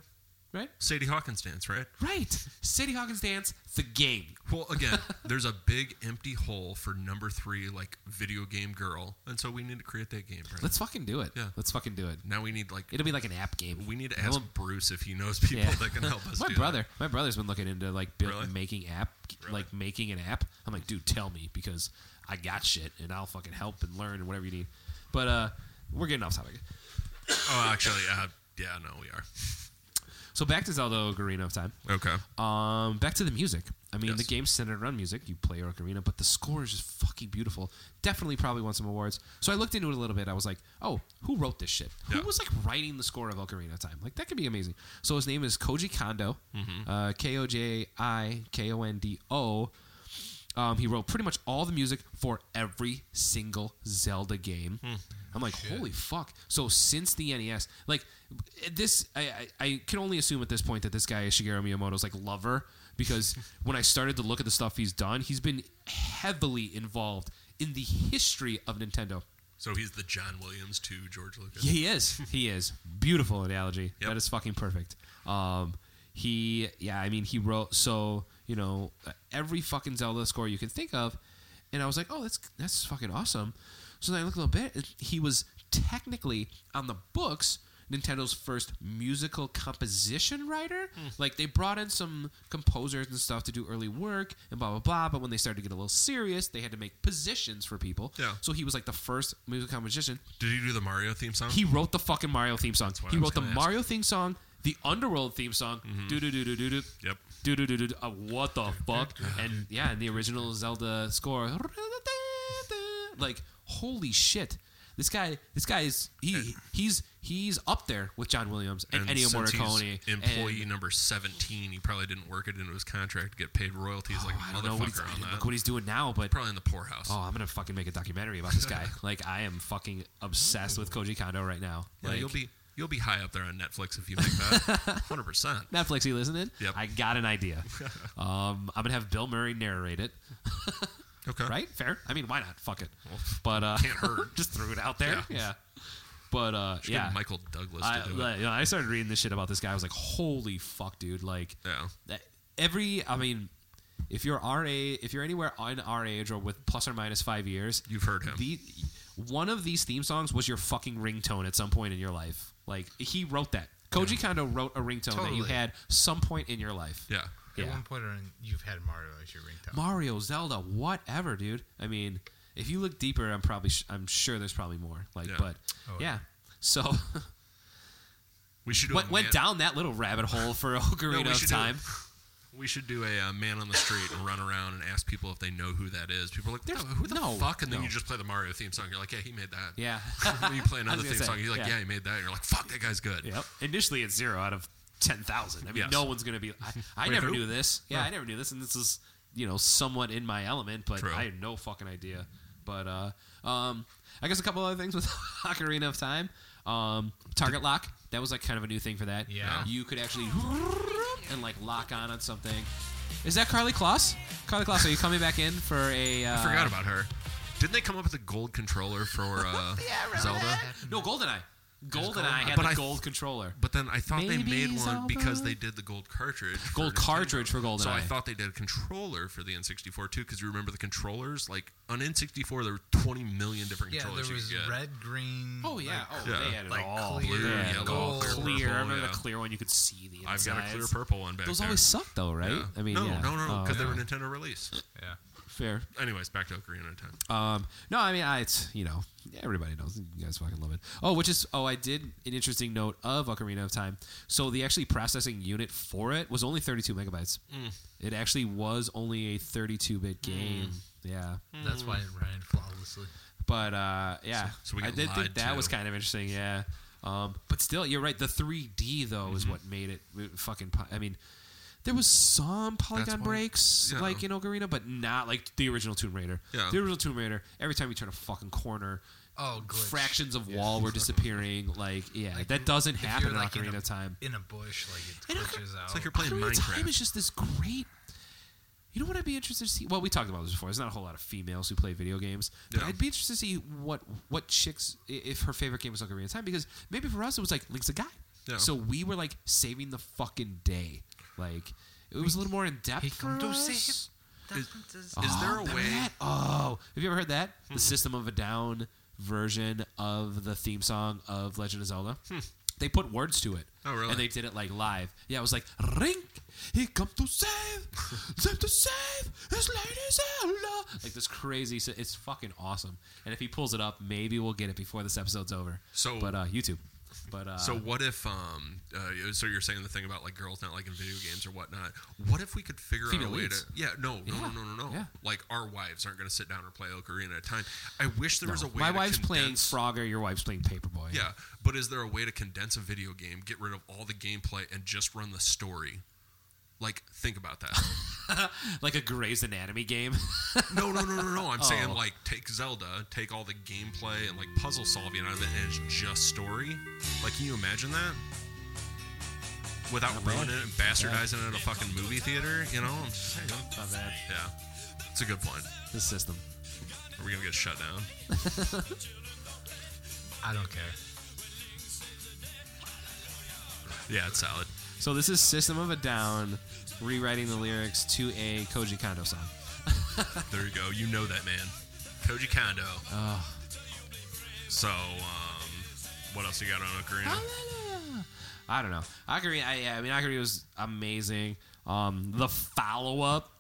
Right?
Sadie Hawkins dance, right?
Right. Sadie Hawkins dance, the game.
Well, again, there's a big empty hole for number three, like video game girl, and so we need to create that game. Right?
Let's fucking do it.
Yeah.
Let's fucking do it.
now we need like
It'll be like an app game.
we need to
I
ask
want-
Bruce if he knows people
Yeah.
that can help us.
my
do that.
brother, my brother's been looking into like build,
Really?
making app, like making an app. I'm like, dude, tell me because I got shit and I'll fucking help and learn and whatever you need. But uh, we're getting off topic.
Oh, actually, uh, yeah, no, we are.
So back to Zelda Ocarina of Time.
Okay.
Um, back to the music. I mean,
Yes.
the game's centered around music. You play your ocarina, but the score is just fucking beautiful. Definitely, probably won some awards. So I looked into it a little bit. I was like, oh, who wrote this shit?
Yeah.
Who was like writing the score of Ocarina of Time? Like that could be amazing. So his name is Koji Kondo,
Mm-hmm.
uh, K O J I K O N D O. Um, he wrote pretty much all the music for every single Zelda game. I'm like, holy fuck! So since the NES, like this, I, I I can only assume at this point that this guy is Shigeru Miyamoto's like lover because when I started to look at the stuff he's done, he's been heavily involved in the history of Nintendo.
So he's the John Williams to George Lucas.
Yeah, he is. He is. Beautiful analogy.
Yep.
That is fucking perfect. Um, he, yeah, I mean, he wrote so you know every fucking Zelda score you can think of, and I was like, oh, that's that's fucking awesome. So then I looked a little bit. and He was technically on the books. Nintendo's first musical composition writer.
Hmm.
Like they brought in some composers and stuff to do early work and blah blah blah. But when they started to get a little serious, they had to make positions for people.
Yeah.
So he was like the first musical composition.
Did he do the Mario theme song?
He wrote the fucking Mario theme song.
what
He
I was
wrote the
gonna ask. Mm-hmm.
Mario theme song, the Underworld theme song. Do do do do do do.
Yep.
Do do do do. do. Uh, What the fuck? And yeah, and the original Zelda score. Like holy shit. This guy, this guy is he he's he's up there with John Williams and, Ennio
since he's
Morricone.
employee
and-
number 17, he probably didn't work it into his contract to get paid royalties like a
oh, I don't know what he's,
motherfucker on that.
look what he's doing now, but
probably in the poorhouse.
oh, I'm gonna fucking make a documentary about this guy. like I am fucking obsessed with Koji Kondo right now.
yeah,
like,
you'll be you'll be high up there on Netflix if you make that. 100%.
Netflix, you listening?
Yep.
I got an idea. um, I'm gonna have Bill Murray narrate it.
Okay.
right? Fair. I mean, why not? Fuck it.
Well,
But uh,
can't hurt.
just threw it out there.
Yeah.
Yeah. But uh,
Should
yeah,
get Michael Douglas
I,
to do it.
like, you know, I started reading this shit about this guy. I was like, holy fuck, dude! Like
Yeah.
that- every, I mean, if you're RA, if you're anywhere on our age or with plus or minus five years,
You've heard him.
The, one of these theme songs was your fucking ringtone at some point in your life. Like he wrote that. Koji Kondo wrote a ringtone that you
Totally.
had some point in your life.
Yeah.
At
Yeah.
one point, on, you've had Mario as your ringtone.
Mario, Zelda, whatever, dude. I mean, if you look deeper, I'm probably sh- I'm sure there's probably more. Like,
Yeah.
but
Oh,
yeah. So
We should do a
went, went
man-
down that little rabbit hole for
No,
Ocarina
we
of
should do-
Time.
We should do a uh, man on the street and run around and ask people if they know who that is. People are like,
There's-
"No, who the
no,
fuck? And then
no.
you just play the Mario theme song. You're like, yeah, he made that.
Yeah.
then you play another
gonna
theme
say,
song. You're like, yeah.
yeah.
he made that. You're like, fuck, that guy's good.
yep. Initially, it's zero out of ten thousand. I mean,
Yes.
no one's gonna be. I, I
Wait,
never
who?
knew this. Yeah, I never knew this, and this is you know somewhat in my element, but
True.
I had no fucking idea. But uh, um, I guess a couple other things with Ocarina of Time. Um, target lock. That was like kind of a new thing for that.
Yeah.
You could actually and like lock on on something. Is that Carly Kloss? Carly Kloss, are you coming back in for a? Uh,
I forgot about her. Didn't they come up with a gold controller for uh, Zelda?
No, Goldeneye. Goldeneye
Goldeneye.
had
But
the
I-
gold controller.
But then I thought they
Maybe
made one because
Zelda?
they did the gold cartridge. for
Gold
Nintendo.
cartridge for GoldenEye.
So I thought they did a controller for the N64 too, because you remember the controllers? Like on N64, there were 20 million different
Yeah,
controllers
there was
you could get.
red, green.
Oh yeah,
like,
oh
yeah,
they had it
like
all.
clear,
Blue,
yeah,
yellow,
gold,
clear,
clear. I
purple,
remember
yeah.
the clear one you could see the
I've
insides.
got a clear purple one back
Those
there.
always suck though, right?
Yeah.
I mean,
no,
yeah.
no, no, no,
Oh,
because they were
yeah.
Nintendo release.
Yeah.
fair.
Anyways, back to Ocarina of Time.
Um, no, I mean, I, it's you know, everybody knows. You guys fucking love it. Oh, which is oh, I did an interesting note of Ocarina of Time. So the actually processing unit for it was only 32 megabytes.
Mm.
It actually was only a 32-bit game. Yeah,
That's why it ran flawlessly.
but uh, yeah,
So- so we
I
got
did
lied
think that
to.
was kind of interesting. Yeah, um, but still, you're right. The 3D though is what made it w- fucking. Po- I mean, there was some polygon
why-
breaks
yeah.
like in Ocarina, but not like the original Tomb Raider.
Yeah.
The original Tomb Raider. Every time you turn a fucking corner.
Oh, glitch.
Fractions of wall were disappearing. Like, yeah, that doesn't
If you're,
happen in
like,
Ocarina
in a,
of Time.
In a bush, like
In
it
Ocar-
glitches out.
It's like you're playing
Ocarina of Time
Minecraft.
is just this great. You know what I'd be interested to see? Well, we talked about this before. There's not a whole lot of females who play video games, but
Yeah.
I'd be interested to see what what chicks i- if her favorite game was Ocarina of Time because maybe for us it was like Link's a guy,
Yeah.
so we were like saving the fucking day. Like it was a little more in depth
He
for
come to
us.
save-
Is- Is there a
Oh,
way?
that- oh, have you ever heard that? The System of a Down version of the theme song of Legend of Zelda. They put words to it.
Hmm. Oh, really?
And they did it like live. Yeah, it was like ring. He come to save, save to save his lady Zelda. Like this crazy. s- It's fucking awesome. And if he pulls it up, maybe we'll get it before this episode's over.
So-
but uh, YouTube. But uh,
So what if um uh, so you're saying the thing about like girls not liking video games or whatnot? What if we could figure out a
Female
way
leads.
to yeah no no
Yeah.
no no no no
Yeah.
like our wives aren't going to sit down and play Ocarina at a time. I wish there was a
no.
way.
my
to
wife's playing
condense-
Frogger. Your wife's playing Paperboy.
Yeah, but is there a way to condense a video game, get rid of all the gameplay, and just run the story? Like think about that.
like a Grey's Anatomy game.
no no no no no. I'm saying
Oh.
like take Zelda, take all the gameplay and like puzzle solving out of it, and it's just story. Like can you imagine that? Without ruining it and bastardizing it at a fucking movie theater, you know? I'm just saying.
Not bad.
Yeah. It's a good point.
The system.
Are we gonna get shut down?
I don't care.
Yeah, it's solid.
So this is System of a Down rewriting the lyrics to a Koji Kondo song.
There you go. You know that man. Koji Kondo. So, um, what else you got on Ocarina?
I don't know. Ocarina, I, I mean, Ocarina was amazing. Um, the follow up,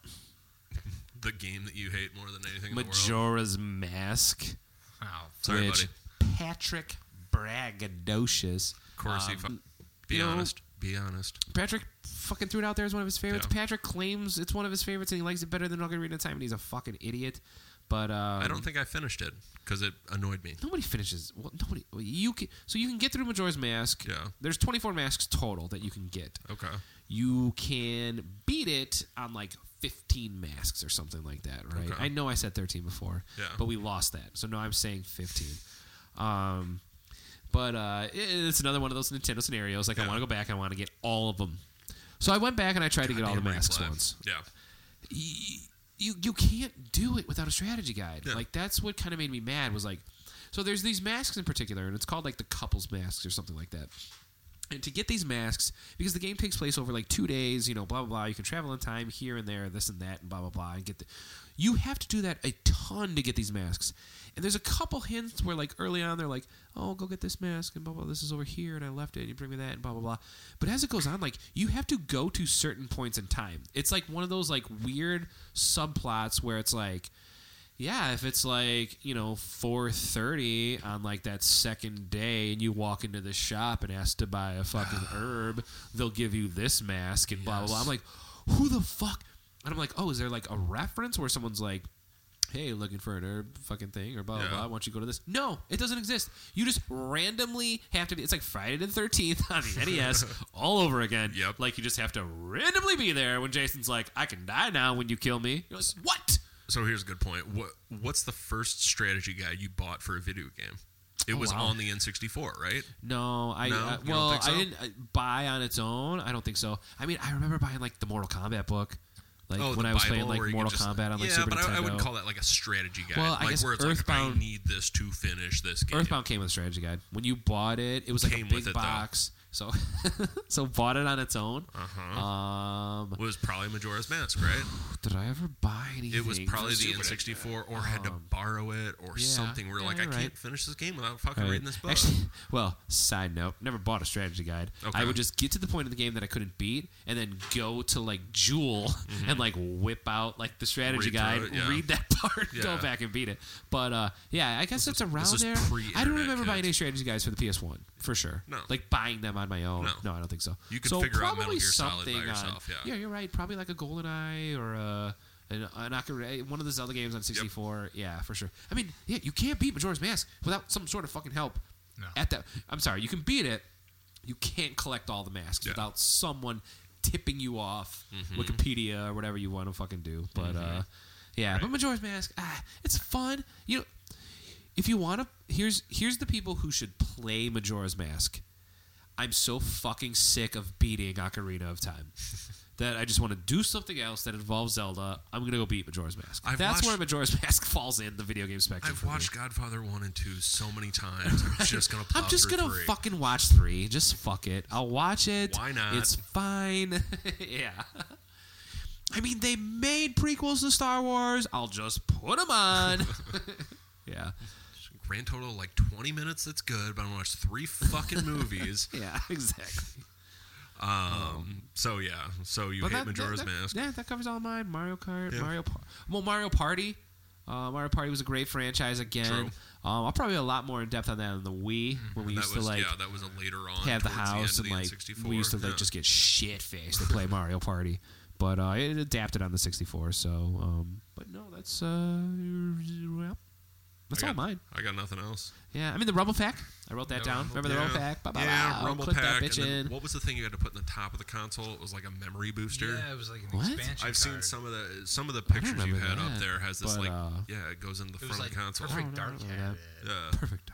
The game that you hate more than anything in the world.
Majora's Mask,
Wow.
Sorry,
which
buddy.
Patrick braggadocious.
Of course, he
um,
fu- be
you know-
honest. Be honest.
Patrick fucking threw it out there as one of his favorites.
Yeah.
Patrick claims it's one of his favorites and he likes it better than Ocarina of Time, and he's a fucking idiot. But um,
I don't think I finished it because it annoyed me.
Nobody finishes. Well, nobody. well, You can so you can get through Majora's Mask.
Yeah.
There's 24 masks total that you can get.
Okay.
You can beat it on like 15 masks or something like that, right?
Okay.
I know I said 13 before,
Yeah.
but we lost that. So no, I'm saying 15. Um, but uh, i- it's another one of those Nintendo scenarios. Like I
Yeah.
want to go back. I want to get all of them. So I went back and I tried to get all the
Goddamn right
masks
glad.
once
Yeah.
you you you can't do it without a strategy guide.
Yeah.
Like that's what kind of made me mad was like so there's these masks in particular and it's called like the couples masks or something like that. And to get these masks because the game takes place over like 2 days, you know, blah blah blah, you can travel in time here and there, this and that and blah blah blah and get the you have to do that a ton to get these masks. And there's a couple hints where like early on they're like, "Oh, go get this mask and blah blah this is over here and I left it and you bring me that and blah blah blah." But as it goes on like you have to go to certain points in time. It's like one of those like weird subplots where it's like yeah, if it's like, you know, 4:30 on like that second day and you walk into the shop and ask to buy a fucking herb, they'll give you this mask and blah blah blah. I'm like, "Who the fuck?" And I'm like, "Oh, is there like a reference where someone's like, hey, looking for an herb fucking thing or blah, blah,
Yeah.
blah. Why don't you go to this? No, it doesn't exist. You just randomly have to be. It's like Friday the 13th on the NES all over again.
Yep.
Like you just have to randomly be there when Jason's like, I can die now when you kill me. You're like, what?
So here's a good point. What What's the first strategy guide you bought for a video game? It
Oh,
was
wow.
on the N64, right?
No, I
No?
uh,
You don't
well,
think so?
I didn't uh, buy on its own. I don't think so. I mean, I remember buying like the Mortal Kombat book, like
oh,
when
the
I was
Bible,
playing like
where you
Mortal
could just-
Kombat on like
yeah,
Super
but
Nintendo.
I, I would call that like a strategy guide.
Well, I
like
guess
where it's like,
Earthbound-
I need this to finish this game.
Earthbound came with a strategy guide. When you bought it, it was like
Came
a
with
big
it, though.
box. So, so bought it on its own.
Uh-huh.
Um,
was probably Majora's Mask, right?
did I ever buy anything?
It was probably the
Super Nintendo.
N64, or had to borrow it, or
Um, yeah.
something. We're
Yeah,
like, I
you're right.
can't finish this game without fucking
Right.
reading this book.
Actually, well, side note, never bought a strategy guide.
Okay.
I would just get to the point of the game that I couldn't beat, and then go to like Jewel and like whip out like the strategy
Read through
guide,
Mm-hmm. it, yeah.
read that part, go
Yeah.
back and beat it. But uh, yeah, I guess it's around
is
there. I don't
pre-internet,
remember buying
kids.
any strategy guides for the PS1 for sure.
No.
like buying them on my own.
No.
I don't think so.
You could
so
figure out
probably
Metal Gear Solid by
something on-
yourself, yeah.
yeah, you're right. Probably like a Golden Eye or a. An, an Ocarina, one of the Zelda games on 64, yeah, for sure. I mean, yeah, you can't beat Majora's Mask without some sort of fucking help.
No.
At that, I'm sorry, you can beat it. You can't collect all the masks
Yeah.
without someone tipping you off Wikipedia or whatever you want to fucking do. But uh, yeah, but Majora's Mask, ah, it's fun. You know, if you want to, here's here's the people who should play Majora's Mask. I'm so fucking sick of beating Ocarina of Time that I just want to do something else that involves Zelda. I'm gonna go beat Majora's Mask.
I've
That's
watched-
where Majora's Mask falls in the video game spectrum.
I've
for me.
watched Godfather one and two so many times. I'm just gonna. Plow
I'm just
through
gonna
three.
fucking watch three. Just fuck it. I'll watch it.
Why not?
It's fine. yeah. I mean, they made prequels to Star Wars. I'll just put them on. yeah.
Grand total of like 20 minutes. That's good, but I'm gonna watch three fucking movies.
Yeah. Exactly.
Um. So yeah. So you hate
Oh. that-
Majora's
that, that-
Mask.
Yeah, that covers all mine. Mario Kart,
Yeah.
Mario. Par- well, Mario Party. Uh, Mario Party was a great franchise again.
True. Mm-hmm.
Um, I'll probably be a lot more in depth on that on the Wii when we
that
used
was
to like
yeah. That was a later on.
have the
towards end
house
of
and
the
like
N64.
we used to like
Yeah.
just get shit faced to play Mario Party, but uh, it adapted on the 64. So, um, but no, that's uh, well, that's
I
all
got-
mine.
I got nothing else.
Yeah, I mean the Rumble Pack. I wrote that
The
down.
Rumble
Remember the Rumble Pack? Ba, ba,
yeah,
ba.
rumble
Click
pack.
that bitch
and then
in.
what was the thing you had to put in the top of the console? It was like a memory booster.
Yeah, it was like an
What?
expansion.
I've seen
card.
some of the some of the pictures you
remember
had
that,
up there has this
but,
like
uh,
yeah it goes into the front
It was like
of the console.
perfect
I don't
dark
remember
had it.
Yeah,
Perfect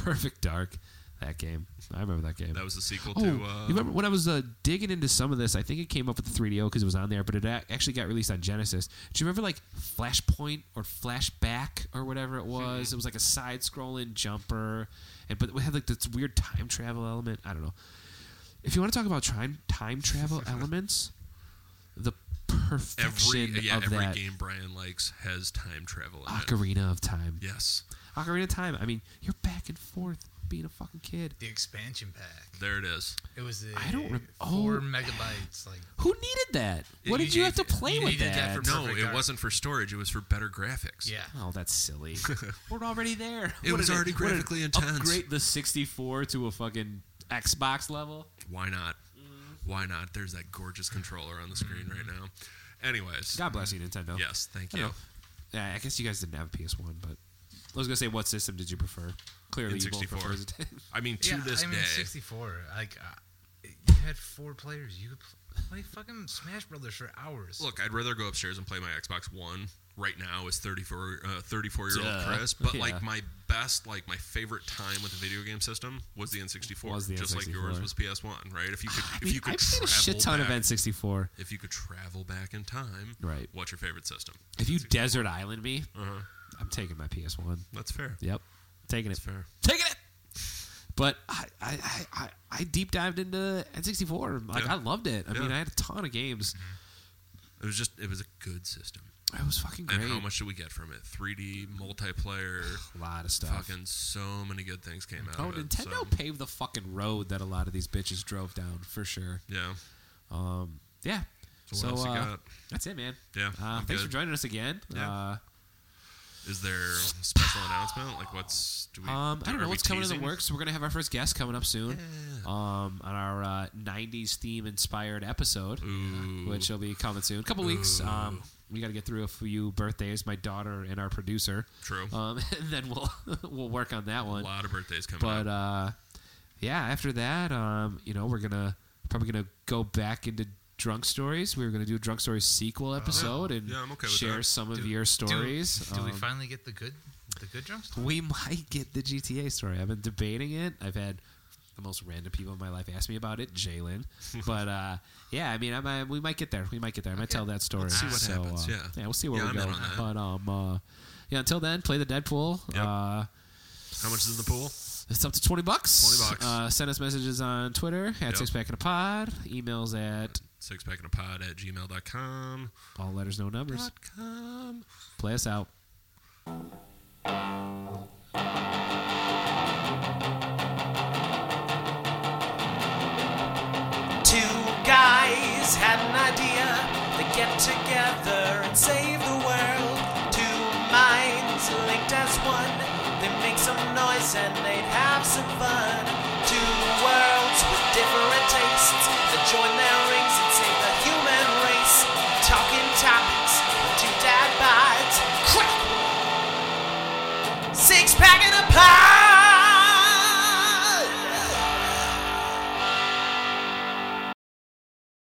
Dark. Perfect Dark. That game. I remember that game.
that was the sequel
Oh,
to. Uh,
you remember when I was uh, digging into some of this? I think it came up with the 3DO because it was on there, but it a- actually got released on Genesis. Do you remember like Flashpoint or Flashback or whatever it was? It was like a side-scrolling jumper, and but it had like this weird time travel element. I don't know. If you want to talk about time time travel elements, the
Every
perfection
yeah,
of
every
that Ah,
game Brian likes has time travel in it.
Ocarina of Time.
Yes,
Ocarina of Time. I mean, you're back and forth being a fucking kid.
The expansion pack.
there it is.
It was the
I don't rem-
four
oh.
megabytes. Like
Who needed that? What
you
did you have to
needed-
play
you
with
needed that for
No,
Perfect
it
art.
wasn't for storage. It was for better graphics.
yeah,
Oh, that's silly. We're already there.
It was
an-
already
an
graphically intense.
Upgrade the 64 to a fucking Xbox level.
Why not?
Mm-hmm.
Why not? There's that gorgeous controller on the screen right now. Anyways,
God bless you, Nintendo.
yes, thank
Mm-hmm. I
you.
know. Yeah, I guess you guys didn't have a PS One, but I was gonna say, what system did you prefer? Clearly,
in
you both
64.
prefer it.
I mean, to
yeah,
this
I mean,
day,
64. Like, uh, you had four players. You could pl- play fucking Smash Brothers for hours.
look, I'd rather go upstairs and play my Xbox One right now as 34 uh, 34 year old
Duh.
Chris. But
Yeah.
like my best, like my favorite time with the video game system was the N64,
Was the
just like yours
N64.
was PS1, right? If you could, if you could
I played
travel
a shit ton
back,
of N sixty four.
if you could travel back in time,
Right.
What's your favorite system?
If you desert island me,
Uh-huh.
I'm taking my PS One.
That's fair.
Yep, taking it.
That's fair.
taking it. But I, I, I- I, I deep dived into N64. Like
Yeah.
I loved it. I
Yeah.
mean, I had a ton of games.
It was just it was a good system.
It was fucking great.
Mm-hmm. And how much did we get from it? 3D multiplayer,
a lot of stuff.
fucking so many good things came out.
oh,
of it,
Nintendo
so-
paved the fucking road that a lot of these bitches drove down for sure.
yeah.
Um, yeah.
So what else you
uh,
got?
that's it, man.
Yeah,
Uh,
I'm
thanks for
good.
joining us again.
Yeah.
Uh,
Is there a special announcement? Like, what's do we?
Um, I
are
don't know
we
what's coming in the
teasing?
works. We're gonna have our first guest coming up soon. Um, on our uh, '90s theme inspired episode,
Ooh.
which will be coming soon. A couple weeks.
Ooh.
Um, we got to get through a few birthdays. My daughter and our producer.
True.
Um, and then we'll we'll work on that
A
one.
lot of birthdays coming
But
up.
uh, yeah, after that, um, you know, we're gonna probably gonna go back into drunk stories. We were gonna do a drunk stories sequel episode and
Oh, Yeah, I'm okay with
share
that.
some of
Do-
your
do-
stories.
Do, we
Um,
finally get the good, the good drunk story?
we might get the GTA story. I've been debating it. I've had the most random people in my life ask me about it, Jalen. But uh, yeah, I mean, I might, we might get there. We might get there. I might tell that story.
see what
so,
happens,
uh,
yeah.
we'll see where
Yeah,
we
I'm
go.
in on that.
But um, uh, yeah, until then, play the Deadpool.
Yep.
Uh,
How much is in the pool?
it's up to twenty bucks.
20 bucks.
Uh, send us messages on Twitter at
Yep.
Six Pack in a Pod. Emails at
Six pack and a pod at gmail.com.
all letters no numbers.
Dot com.
Play us out.
Two guys had an idea to get together and save the world. Two minds linked as one. They make some noise and they'd have some fun.